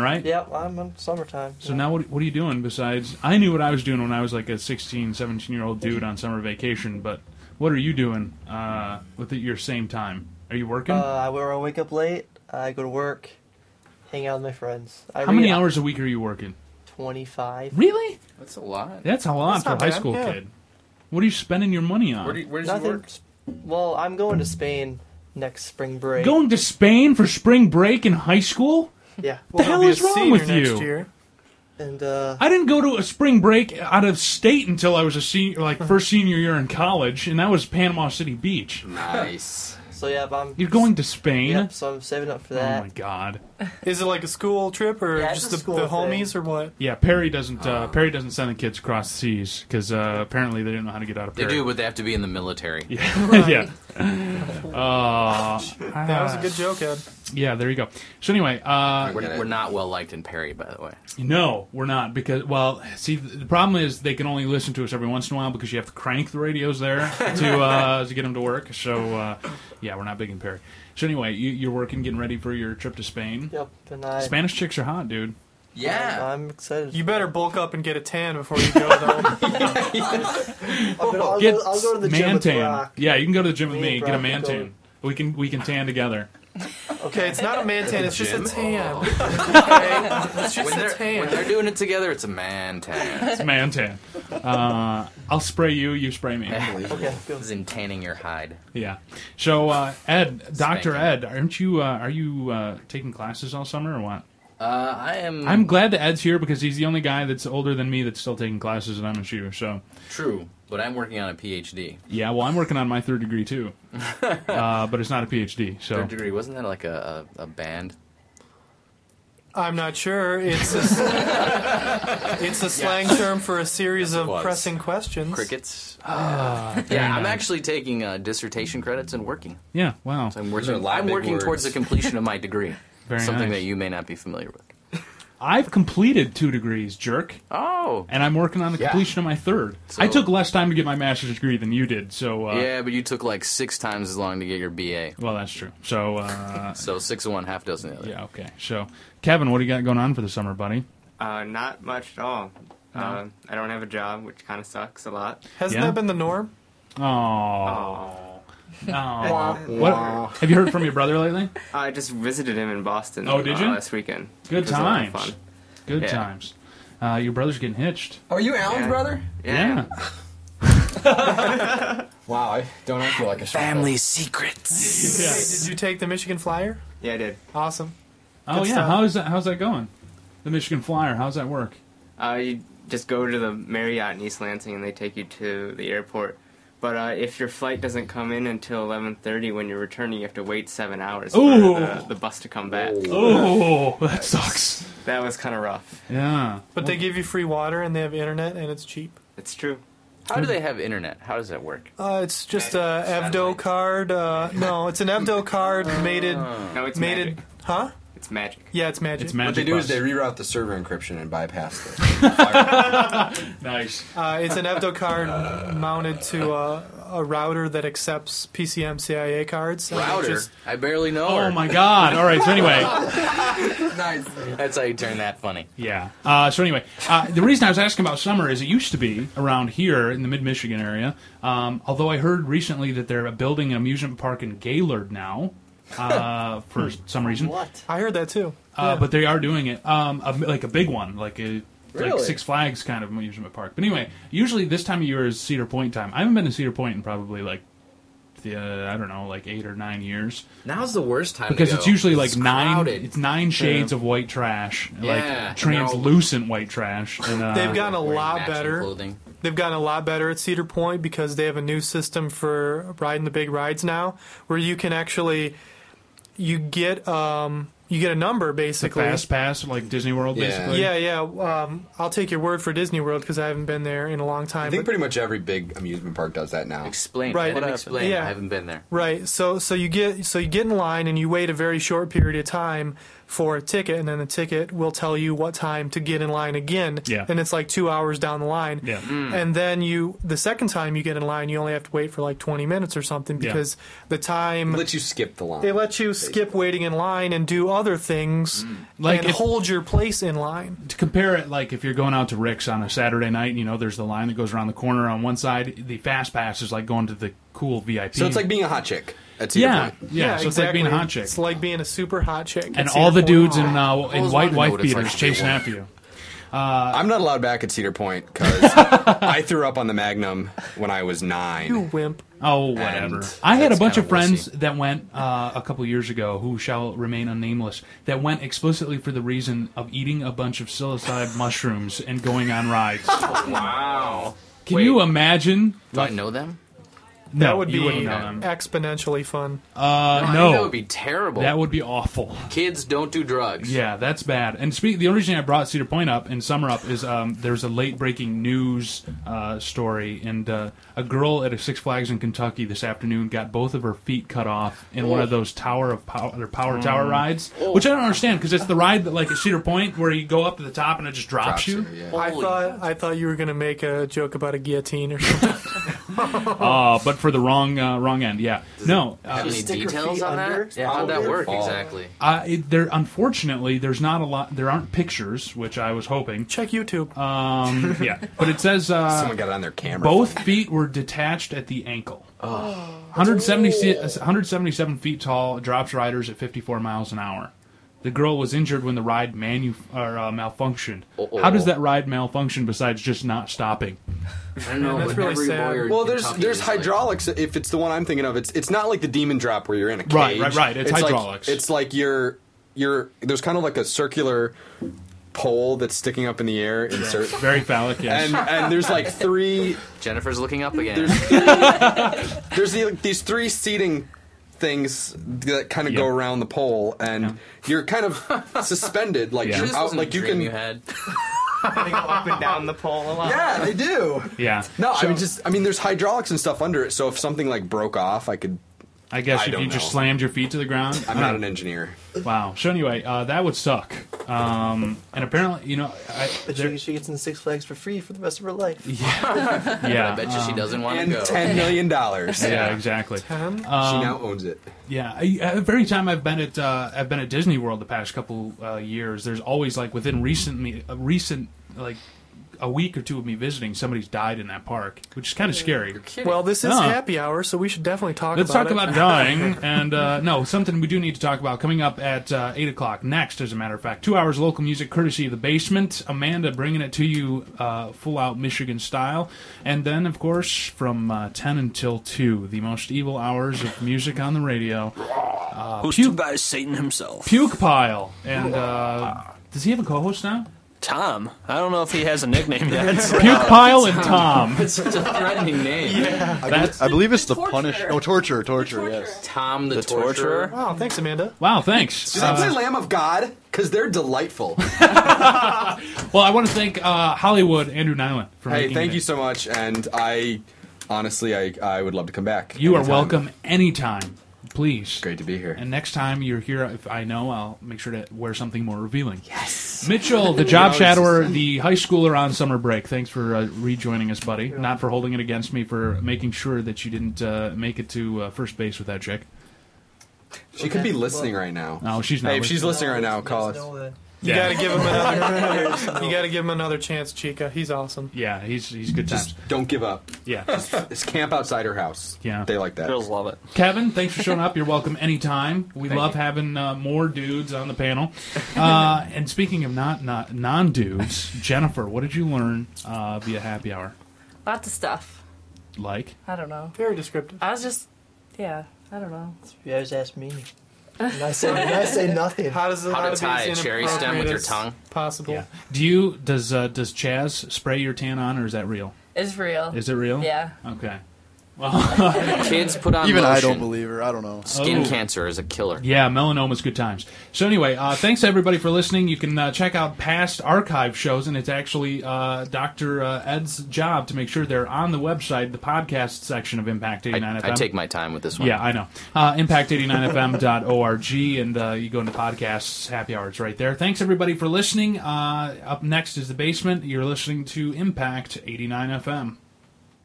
Speaker 2: right?
Speaker 7: Yeah, I'm in summertime.
Speaker 2: So now what, what are you doing besides? I knew what I was doing when I was like a 16, 17 year old dude on summer vacation, but what are you doing uh, with your same time? Are you working?
Speaker 7: uh, I where I wake up late. I go to work, hang out with my friends. I
Speaker 2: How many hours a week are you working?
Speaker 7: Twenty five.
Speaker 2: Really?
Speaker 6: That's a lot.
Speaker 2: That's a lot for a
Speaker 3: not
Speaker 2: high
Speaker 3: bad,
Speaker 2: school
Speaker 3: yeah.
Speaker 2: kid. What are you spending your money on?
Speaker 5: where does
Speaker 7: Nothing. Well, I'm going to Spain next spring break.
Speaker 2: Going to Spain for spring break in high school?
Speaker 7: yeah.
Speaker 2: The hell
Speaker 3: He'll be
Speaker 2: is
Speaker 3: a
Speaker 2: wrong
Speaker 3: senior
Speaker 2: with
Speaker 3: next
Speaker 2: you?
Speaker 3: year.
Speaker 7: And uh,
Speaker 2: I didn't go to a spring break out of state until I was a senior, like
Speaker 6: Uh-huh.
Speaker 2: first senior year in college, and that was Panama City Beach.
Speaker 5: Nice.
Speaker 7: so yeah, but I'm.
Speaker 2: You're going to Spain?
Speaker 7: Yep. So I'm saving up for
Speaker 2: Oh
Speaker 7: that.
Speaker 2: my god.
Speaker 3: Is it like a school trip or
Speaker 7: Yeah, it's
Speaker 3: just
Speaker 7: a
Speaker 3: the,
Speaker 7: school
Speaker 3: the
Speaker 7: thing.
Speaker 3: homies or what?
Speaker 2: Yeah, Perry doesn't. Uh,
Speaker 6: Uh-huh.
Speaker 2: Perry doesn't send the kids across the seas because uh, apparently they didn't know how to get out of
Speaker 6: They
Speaker 2: Perry.
Speaker 6: do, but they have to be in the military.
Speaker 2: yeah. Uh,
Speaker 3: That was a good joke, Ed.
Speaker 2: yeah. There you go. So anyway, uh,
Speaker 6: We're, we're not well liked in Perry, by the way.
Speaker 2: no, we're not because well, see, the problem is they can only listen to us every once in a while because you have to crank the radios there to uh, to get them to work. So uh, yeah, we're not big in Perry. So anyway, you, you're working, getting ready for your trip to Spain.
Speaker 7: Yep. And I.
Speaker 2: Spanish chicks are hot, dude.
Speaker 6: Yeah.
Speaker 7: I'm excited.
Speaker 3: You better bulk up and get a tan before you go, though.
Speaker 7: I'll, go- I'll,
Speaker 2: Get
Speaker 7: go, I'll go to the
Speaker 2: man
Speaker 7: gym with
Speaker 2: tan.
Speaker 7: Rock.
Speaker 2: Yeah, you can go to the gym with
Speaker 7: Me
Speaker 2: me.
Speaker 7: and
Speaker 2: Get a
Speaker 7: Brock
Speaker 2: man
Speaker 7: can go.
Speaker 2: tan. We can we can tan together.
Speaker 3: okay, it's not a man tan, it's just a
Speaker 5: Jim.
Speaker 3: tan. Okay? It's just
Speaker 6: When
Speaker 3: a
Speaker 6: they're, when
Speaker 3: tan.
Speaker 6: they're doing it together, it's a man tan.
Speaker 2: It's man tan. Uh, I'll spray you. You spray me.
Speaker 7: Okay. Cool.
Speaker 6: This is in tanning your hide.
Speaker 2: Yeah. So uh, Ed, Doctor Ed,
Speaker 6: Spanking.
Speaker 2: aren't you? Uh, are you uh, taking classes all summer or what?
Speaker 6: Uh, I am.
Speaker 2: I'm glad that Ed's here because he's the only guy that's older than me that's still taking classes at MSU. So
Speaker 6: true, but I'm working on a PhD.
Speaker 2: yeah, well, I'm working on my third degree too, uh, but it's not a PhD. So
Speaker 6: Third degree wasn't that like a, a, a band?
Speaker 3: I'm not sure. It's a, s- it's a slang term for a series of
Speaker 6: was.
Speaker 3: pressing questions.
Speaker 6: Crickets. Uh, yeah, I'm actually taking uh, dissertation credits and working.
Speaker 2: yeah, wow,
Speaker 6: So I'm
Speaker 5: Those are
Speaker 6: working.
Speaker 5: a lot of
Speaker 6: I'm
Speaker 5: big
Speaker 6: working
Speaker 5: words.
Speaker 6: towards the completion of my degree.
Speaker 2: Very
Speaker 6: Something
Speaker 2: nice.
Speaker 6: that you may not be familiar with.
Speaker 2: I've completed two degrees, jerk,
Speaker 6: Oh.
Speaker 2: and I'm working on the
Speaker 5: Yeah.
Speaker 2: completion of my third.
Speaker 6: So-
Speaker 2: I took less time to get my master's degree than you did. So uh,
Speaker 6: yeah, but you took like six times as long to get your BA.
Speaker 2: well, that's true. So uh,
Speaker 6: So six of one, half dozen of the other.
Speaker 2: yeah, okay. So Kevin, what do you got going on for the summer, buddy?
Speaker 9: Uh, not much at all. Um, I don't have a job, which kind of sucks a lot.
Speaker 3: Hasn't
Speaker 2: Yeah.
Speaker 3: that been the norm?
Speaker 2: Oh,
Speaker 9: Wow.
Speaker 2: what? Have you heard from your brother lately?
Speaker 9: Uh, I just visited him in Boston.
Speaker 2: Oh, did
Speaker 9: uh,
Speaker 2: you?
Speaker 9: Last weekend.
Speaker 2: Good
Speaker 9: It was a lot of
Speaker 2: times.
Speaker 9: fun.
Speaker 2: Good
Speaker 9: Yeah.
Speaker 2: times. Uh, your brother's getting hitched.
Speaker 5: Are you Alan's
Speaker 9: Yeah.
Speaker 5: brother?
Speaker 9: Yeah.
Speaker 5: Wow, I don't feel like a
Speaker 6: secrets.
Speaker 2: Yeah.
Speaker 3: Did you take the Michigan Flyer?
Speaker 9: Yeah, I did.
Speaker 3: Awesome.
Speaker 2: Oh
Speaker 3: Good
Speaker 2: yeah.
Speaker 3: stuff.
Speaker 2: How is that? How's that going? The Michigan Flyer. How's that work?
Speaker 9: Uh, you just go to the Marriott in East Lansing, and they take you to the airport. But uh, if your flight doesn't come in until 11:30 when you're returning, you have to wait seven hours
Speaker 2: Ooh.
Speaker 9: for uh, the, the bus to come back.
Speaker 2: Oh, that sucks.
Speaker 9: That was kind of rough.
Speaker 2: Yeah.
Speaker 3: But they give you free water and they have internet and it's cheap.
Speaker 9: It's true.
Speaker 6: How do they have internet? How does that work?
Speaker 3: Uh, it's just a Evdo card. Uh, no, it's an Evdo card
Speaker 6: Ah.
Speaker 3: mated.
Speaker 9: No, it's magic.
Speaker 3: Mated. Huh?
Speaker 9: It's magic.
Speaker 3: Yeah, it's magic.
Speaker 2: It's
Speaker 5: What they
Speaker 2: magic.
Speaker 5: do is
Speaker 2: bus.
Speaker 5: they reroute the server encryption and bypass the.
Speaker 2: nice.
Speaker 3: Uh, it's an Evdo card mounted to a, a router that accepts PCM CIA cards. And it
Speaker 6: Router.
Speaker 3: just-
Speaker 6: I barely know.
Speaker 2: Oh
Speaker 6: her.
Speaker 2: my God! All right. So anyway,
Speaker 5: nice.
Speaker 6: That's how you turn that funny.
Speaker 2: yeah. Uh, so anyway, uh, the reason I was asking about summer is it used to be around here in the Mid Michigan area. Um, although I heard recently that they're building an amusement park in Gaylord now, uh, for some reason.
Speaker 7: What?
Speaker 3: I heard that too.
Speaker 2: Uh, but they are doing it um, a, like a big one, like a like
Speaker 5: Really?
Speaker 2: Six Flags kind of amusement park. But anyway, usually this time of year is Cedar Point time. I haven't been to Cedar Point in probably like the uh, I don't know, like eight or nine years
Speaker 6: Now's the worst time
Speaker 2: because
Speaker 6: to go.
Speaker 2: it's usually like
Speaker 6: It's
Speaker 2: nine.
Speaker 6: crowded.
Speaker 2: It's nine shades of white trash,
Speaker 6: Yeah.
Speaker 2: like translucent white trash. And, uh,
Speaker 3: They've gotten a
Speaker 6: Ah. Wearing
Speaker 3: lot
Speaker 6: matching
Speaker 3: better.
Speaker 6: Clothing.
Speaker 3: They've gotten a lot better at Cedar Point because they have a new system for riding the big rides now, where you can actually you get um, you get a number
Speaker 2: the
Speaker 3: basically.
Speaker 2: fast pass like Disney World,
Speaker 5: Yeah.
Speaker 2: basically.
Speaker 3: Yeah, yeah. Um, I'll take your word for Disney World because I haven't been there in a long
Speaker 5: I
Speaker 3: time.
Speaker 5: think
Speaker 3: but-
Speaker 5: pretty much every big amusement park does that now.
Speaker 6: Explain.
Speaker 3: Right.
Speaker 6: Let him
Speaker 3: What
Speaker 6: explain.
Speaker 3: Yeah.
Speaker 6: I haven't been there.
Speaker 3: right. So so you get so you get in line and you wait a very short period of time for a ticket, and then the ticket will tell you what time to get in line again.
Speaker 2: Yeah.
Speaker 3: And it's like two hours down the line.
Speaker 2: Yeah. Mm.
Speaker 3: And then you the second time you get in line, you only have to wait for like twenty minutes or something
Speaker 2: Yeah.
Speaker 3: because the time
Speaker 5: Let you skip the line.
Speaker 3: they let you skip waiting in line and do other things
Speaker 2: Hmm. Like
Speaker 3: and
Speaker 2: if-
Speaker 3: hold your place in line.
Speaker 2: to compare it like if you're going out to Rick's on a Saturday night, you know, there's the line that goes around the corner on one side. The fast pass is like going to the cool VIP.
Speaker 4: Mm.
Speaker 5: so it's like being a hot chick. At Cedar
Speaker 2: yeah,
Speaker 5: Point.
Speaker 2: yeah, So it's like being a hot chick,
Speaker 3: It's like being a super hot chick.
Speaker 2: and
Speaker 3: It's
Speaker 2: all
Speaker 3: your
Speaker 2: the
Speaker 3: point.
Speaker 2: dudes in uh, in
Speaker 6: always
Speaker 2: white
Speaker 6: wanted to know
Speaker 2: wife
Speaker 6: what it's
Speaker 2: beaters
Speaker 6: like to be
Speaker 2: chasing
Speaker 6: one.
Speaker 2: after you.
Speaker 5: I'm not allowed back at Cedar Point because I threw up on the Magnum when I was nine.
Speaker 3: You wimp.
Speaker 2: Oh, whatever.
Speaker 5: And
Speaker 2: I had a
Speaker 5: that's
Speaker 2: bunch
Speaker 5: kinda
Speaker 2: of friends
Speaker 5: wussy.
Speaker 2: that went uh, a couple years ago who shall remain unnameless that went explicitly for the reason of eating a bunch of psilocybe mushrooms and going on rides. Can
Speaker 9: Wow.
Speaker 2: you imagine?
Speaker 6: Do I know them?
Speaker 2: No,
Speaker 3: That would
Speaker 2: you
Speaker 3: be
Speaker 2: wouldn't know them.
Speaker 3: exponentially fun.
Speaker 2: Uh,
Speaker 6: I think that
Speaker 2: no,
Speaker 6: would be terrible.
Speaker 2: that would be awful.
Speaker 6: Kids don't do drugs.
Speaker 2: Yeah, that's bad. And speak, the only reason I brought Cedar Point up and Summer up is um, there's a late breaking news uh, story, and uh, a girl at a Six Flags in Kentucky this afternoon got both of her feet cut off in one of those Tower of Power, or Power Tower rides, which I don't understand because it's the ride that like at Cedar Point where you go up to the top and it just drops, you.
Speaker 5: Absolutely, yeah.
Speaker 3: I
Speaker 6: Holy-
Speaker 3: thought I thought you were gonna make a joke about a guillotine or something.
Speaker 2: Uh, but for the wrong uh, wrong end, yeah. no, uh,
Speaker 6: Have any
Speaker 7: stick your
Speaker 6: details
Speaker 7: feet
Speaker 6: on
Speaker 7: under?
Speaker 6: that? Yeah, how'd that
Speaker 5: Probably.
Speaker 6: work
Speaker 5: Fall.
Speaker 6: exactly?
Speaker 2: uh, it, there unfortunately there's not a lot. There aren't pictures, which I was hoping.
Speaker 3: Check YouTube.
Speaker 6: Uh,
Speaker 2: Um, yeah, but it says uh,
Speaker 5: Someone got it on their camera.
Speaker 2: Both feet were detached at the ankle. 170 177 uh, feet tall, drops riders at 54 miles an hour. The girl was injured when the ride manu- or, uh, malfunctioned.
Speaker 6: Uh-oh.
Speaker 2: How does that ride malfunction besides just not stopping?
Speaker 6: I don't know.
Speaker 3: that's
Speaker 6: but
Speaker 3: really
Speaker 6: every
Speaker 3: sad.
Speaker 6: lawyer in
Speaker 5: Well, there's
Speaker 6: Kentucky
Speaker 5: there's
Speaker 6: is like-
Speaker 5: hydraulics. If it's the one I'm thinking of, it's it's not like the demon drop where you're in a cage.
Speaker 2: Right, right, right. It's
Speaker 5: like-
Speaker 2: hydraulics.
Speaker 5: it's like you're you're there's kind of like a circular pole that's sticking up in the air. Insert.
Speaker 2: Very phallic, yes.
Speaker 5: And, and there's like three
Speaker 6: Jennifer's looking up again.
Speaker 5: there's the, these three seating things that kind of go
Speaker 2: Yeah.
Speaker 5: around the pole, and you're kind of suspended, like
Speaker 2: Yeah.
Speaker 5: you're
Speaker 6: this
Speaker 5: out,
Speaker 6: wasn't
Speaker 5: like
Speaker 6: a
Speaker 5: you
Speaker 6: dream
Speaker 5: can.
Speaker 6: you had.
Speaker 9: They go up and down the pole a lot.
Speaker 5: Yeah, they do.
Speaker 2: yeah.
Speaker 5: No, I mean just I mean there's hydraulics and stuff under it, so if something like broke off, I could.
Speaker 2: I guess
Speaker 5: I
Speaker 2: if you
Speaker 5: don't
Speaker 2: just
Speaker 5: know.
Speaker 2: slammed your feet to the ground.
Speaker 5: I'm not an engineer.
Speaker 2: Wow. So anyway, uh, that would suck. Um, and apparently, you know, I,
Speaker 7: But
Speaker 2: there-
Speaker 7: she, she gets in Six Flags for free for the rest of her life.
Speaker 2: yeah, uh,
Speaker 6: I bet you she doesn't want to
Speaker 5: Um, And
Speaker 6: go.
Speaker 5: ten million dollars.
Speaker 2: yeah, Um, uh, exactly.
Speaker 5: she now owns it.
Speaker 2: Yeah, I, every time I've been at uh, I've been at Disney World the past couple uh, years, there's always like within recent me, a recent like a week or two of me visiting, somebody's died in that park, which is kind of scary.
Speaker 3: well, this is
Speaker 2: Huh.
Speaker 3: happy hour, so we should definitely talk
Speaker 2: Let's
Speaker 3: about
Speaker 2: talk
Speaker 3: it.
Speaker 2: about dying, and uh, no, something we do need to talk about coming up at uh, eight o'clock next. As a matter of fact, two hours of local music courtesy of the basement. Amanda bringing it to you uh, full out Michigan style, and then of course from uh, ten until two, the most evil hours of music on the radio.
Speaker 8: Hosted
Speaker 2: puke-
Speaker 8: by Satan himself.
Speaker 2: puke pile. And uh, does he have a co-host now?
Speaker 8: Tom. I don't know if he has a nickname yet.
Speaker 2: Puke pile and Tom.
Speaker 6: It's such a threatening name.
Speaker 2: That's
Speaker 4: I believe it's the
Speaker 1: Torture.
Speaker 4: punish. No, torture, torture. Yes.
Speaker 6: Tom the,
Speaker 8: The
Speaker 6: torturer.
Speaker 8: torturer.
Speaker 3: Wow, thanks, Amanda.
Speaker 2: wow. Thanks.
Speaker 5: Do they
Speaker 2: Uh,
Speaker 5: play Lamb of God? Because they're delightful.
Speaker 2: well, I want to thank uh, Hollywood Andrew Nyland for
Speaker 5: hey,
Speaker 2: making
Speaker 5: thank
Speaker 2: it.
Speaker 5: you so much, and I honestly, I, I would love to come back.
Speaker 2: You are
Speaker 5: anytime.
Speaker 2: welcome anytime. Please.
Speaker 5: Great to be here.
Speaker 2: And next time you're here, if I know, I'll make sure to wear something more revealing. Yes. Mitchell, the job
Speaker 5: No, it's-
Speaker 2: shadower, the high schooler on summer break. Thanks for uh, rejoining us, buddy. Not for holding it against me for making sure that you didn't uh, make it to uh, first base with that chick.
Speaker 5: she could be listening right now.
Speaker 2: No, she's not.
Speaker 5: Hey, if she's listening right now,
Speaker 7: There's
Speaker 5: call us.
Speaker 7: no, uh,
Speaker 3: You
Speaker 2: Yeah.
Speaker 3: gotta give him another. you gotta give him another chance, Chica. He's awesome.
Speaker 2: yeah, he's he's good times.
Speaker 5: Just don't give up.
Speaker 2: Yeah.
Speaker 5: It's camp outside her house.
Speaker 2: Yeah.
Speaker 5: they like that.
Speaker 8: Girls love it.
Speaker 2: Kevin, thanks for showing up. You're welcome anytime. We love having uh, more dudes on the panel. Uh, and speaking of not, not non dudes, Jennifer, what did you learn uh, via happy hour?
Speaker 1: Lots of stuff.
Speaker 2: Like,
Speaker 1: I don't know.
Speaker 3: Very descriptive.
Speaker 1: I was just, yeah, I don't know.
Speaker 7: If you guys ask me, and I say, and I say nothing.
Speaker 3: How does it,
Speaker 6: How to
Speaker 3: be
Speaker 6: tie
Speaker 3: as
Speaker 6: a cherry stem with your
Speaker 3: inappropriate as
Speaker 6: tongue?
Speaker 3: Possible.
Speaker 2: yeah. Do you does uh, does Chaz spray your tan on, or is that real?
Speaker 1: It's real.
Speaker 2: Is it real?
Speaker 1: Yeah.
Speaker 2: Okay.
Speaker 6: Kids put on
Speaker 4: Even I
Speaker 6: lotion.
Speaker 4: don't believe her. I don't know.
Speaker 6: Skin
Speaker 2: Oh.
Speaker 6: cancer is a killer.
Speaker 2: Yeah, melanoma's good times. So anyway, uh, thanks everybody for listening. You can uh, check out past archive shows, and it's actually uh, Doctor uh, Ed's job to make sure they're on the website, the podcast section of Impact eighty nine.
Speaker 6: I, I take my time with this one.
Speaker 2: Yeah, I know. Uh, Impact89fm.org, and uh, you go into podcasts, happy hours right there. Thanks, everybody, for listening. Uh, up next is The Basement. You're listening to Impact 89FM.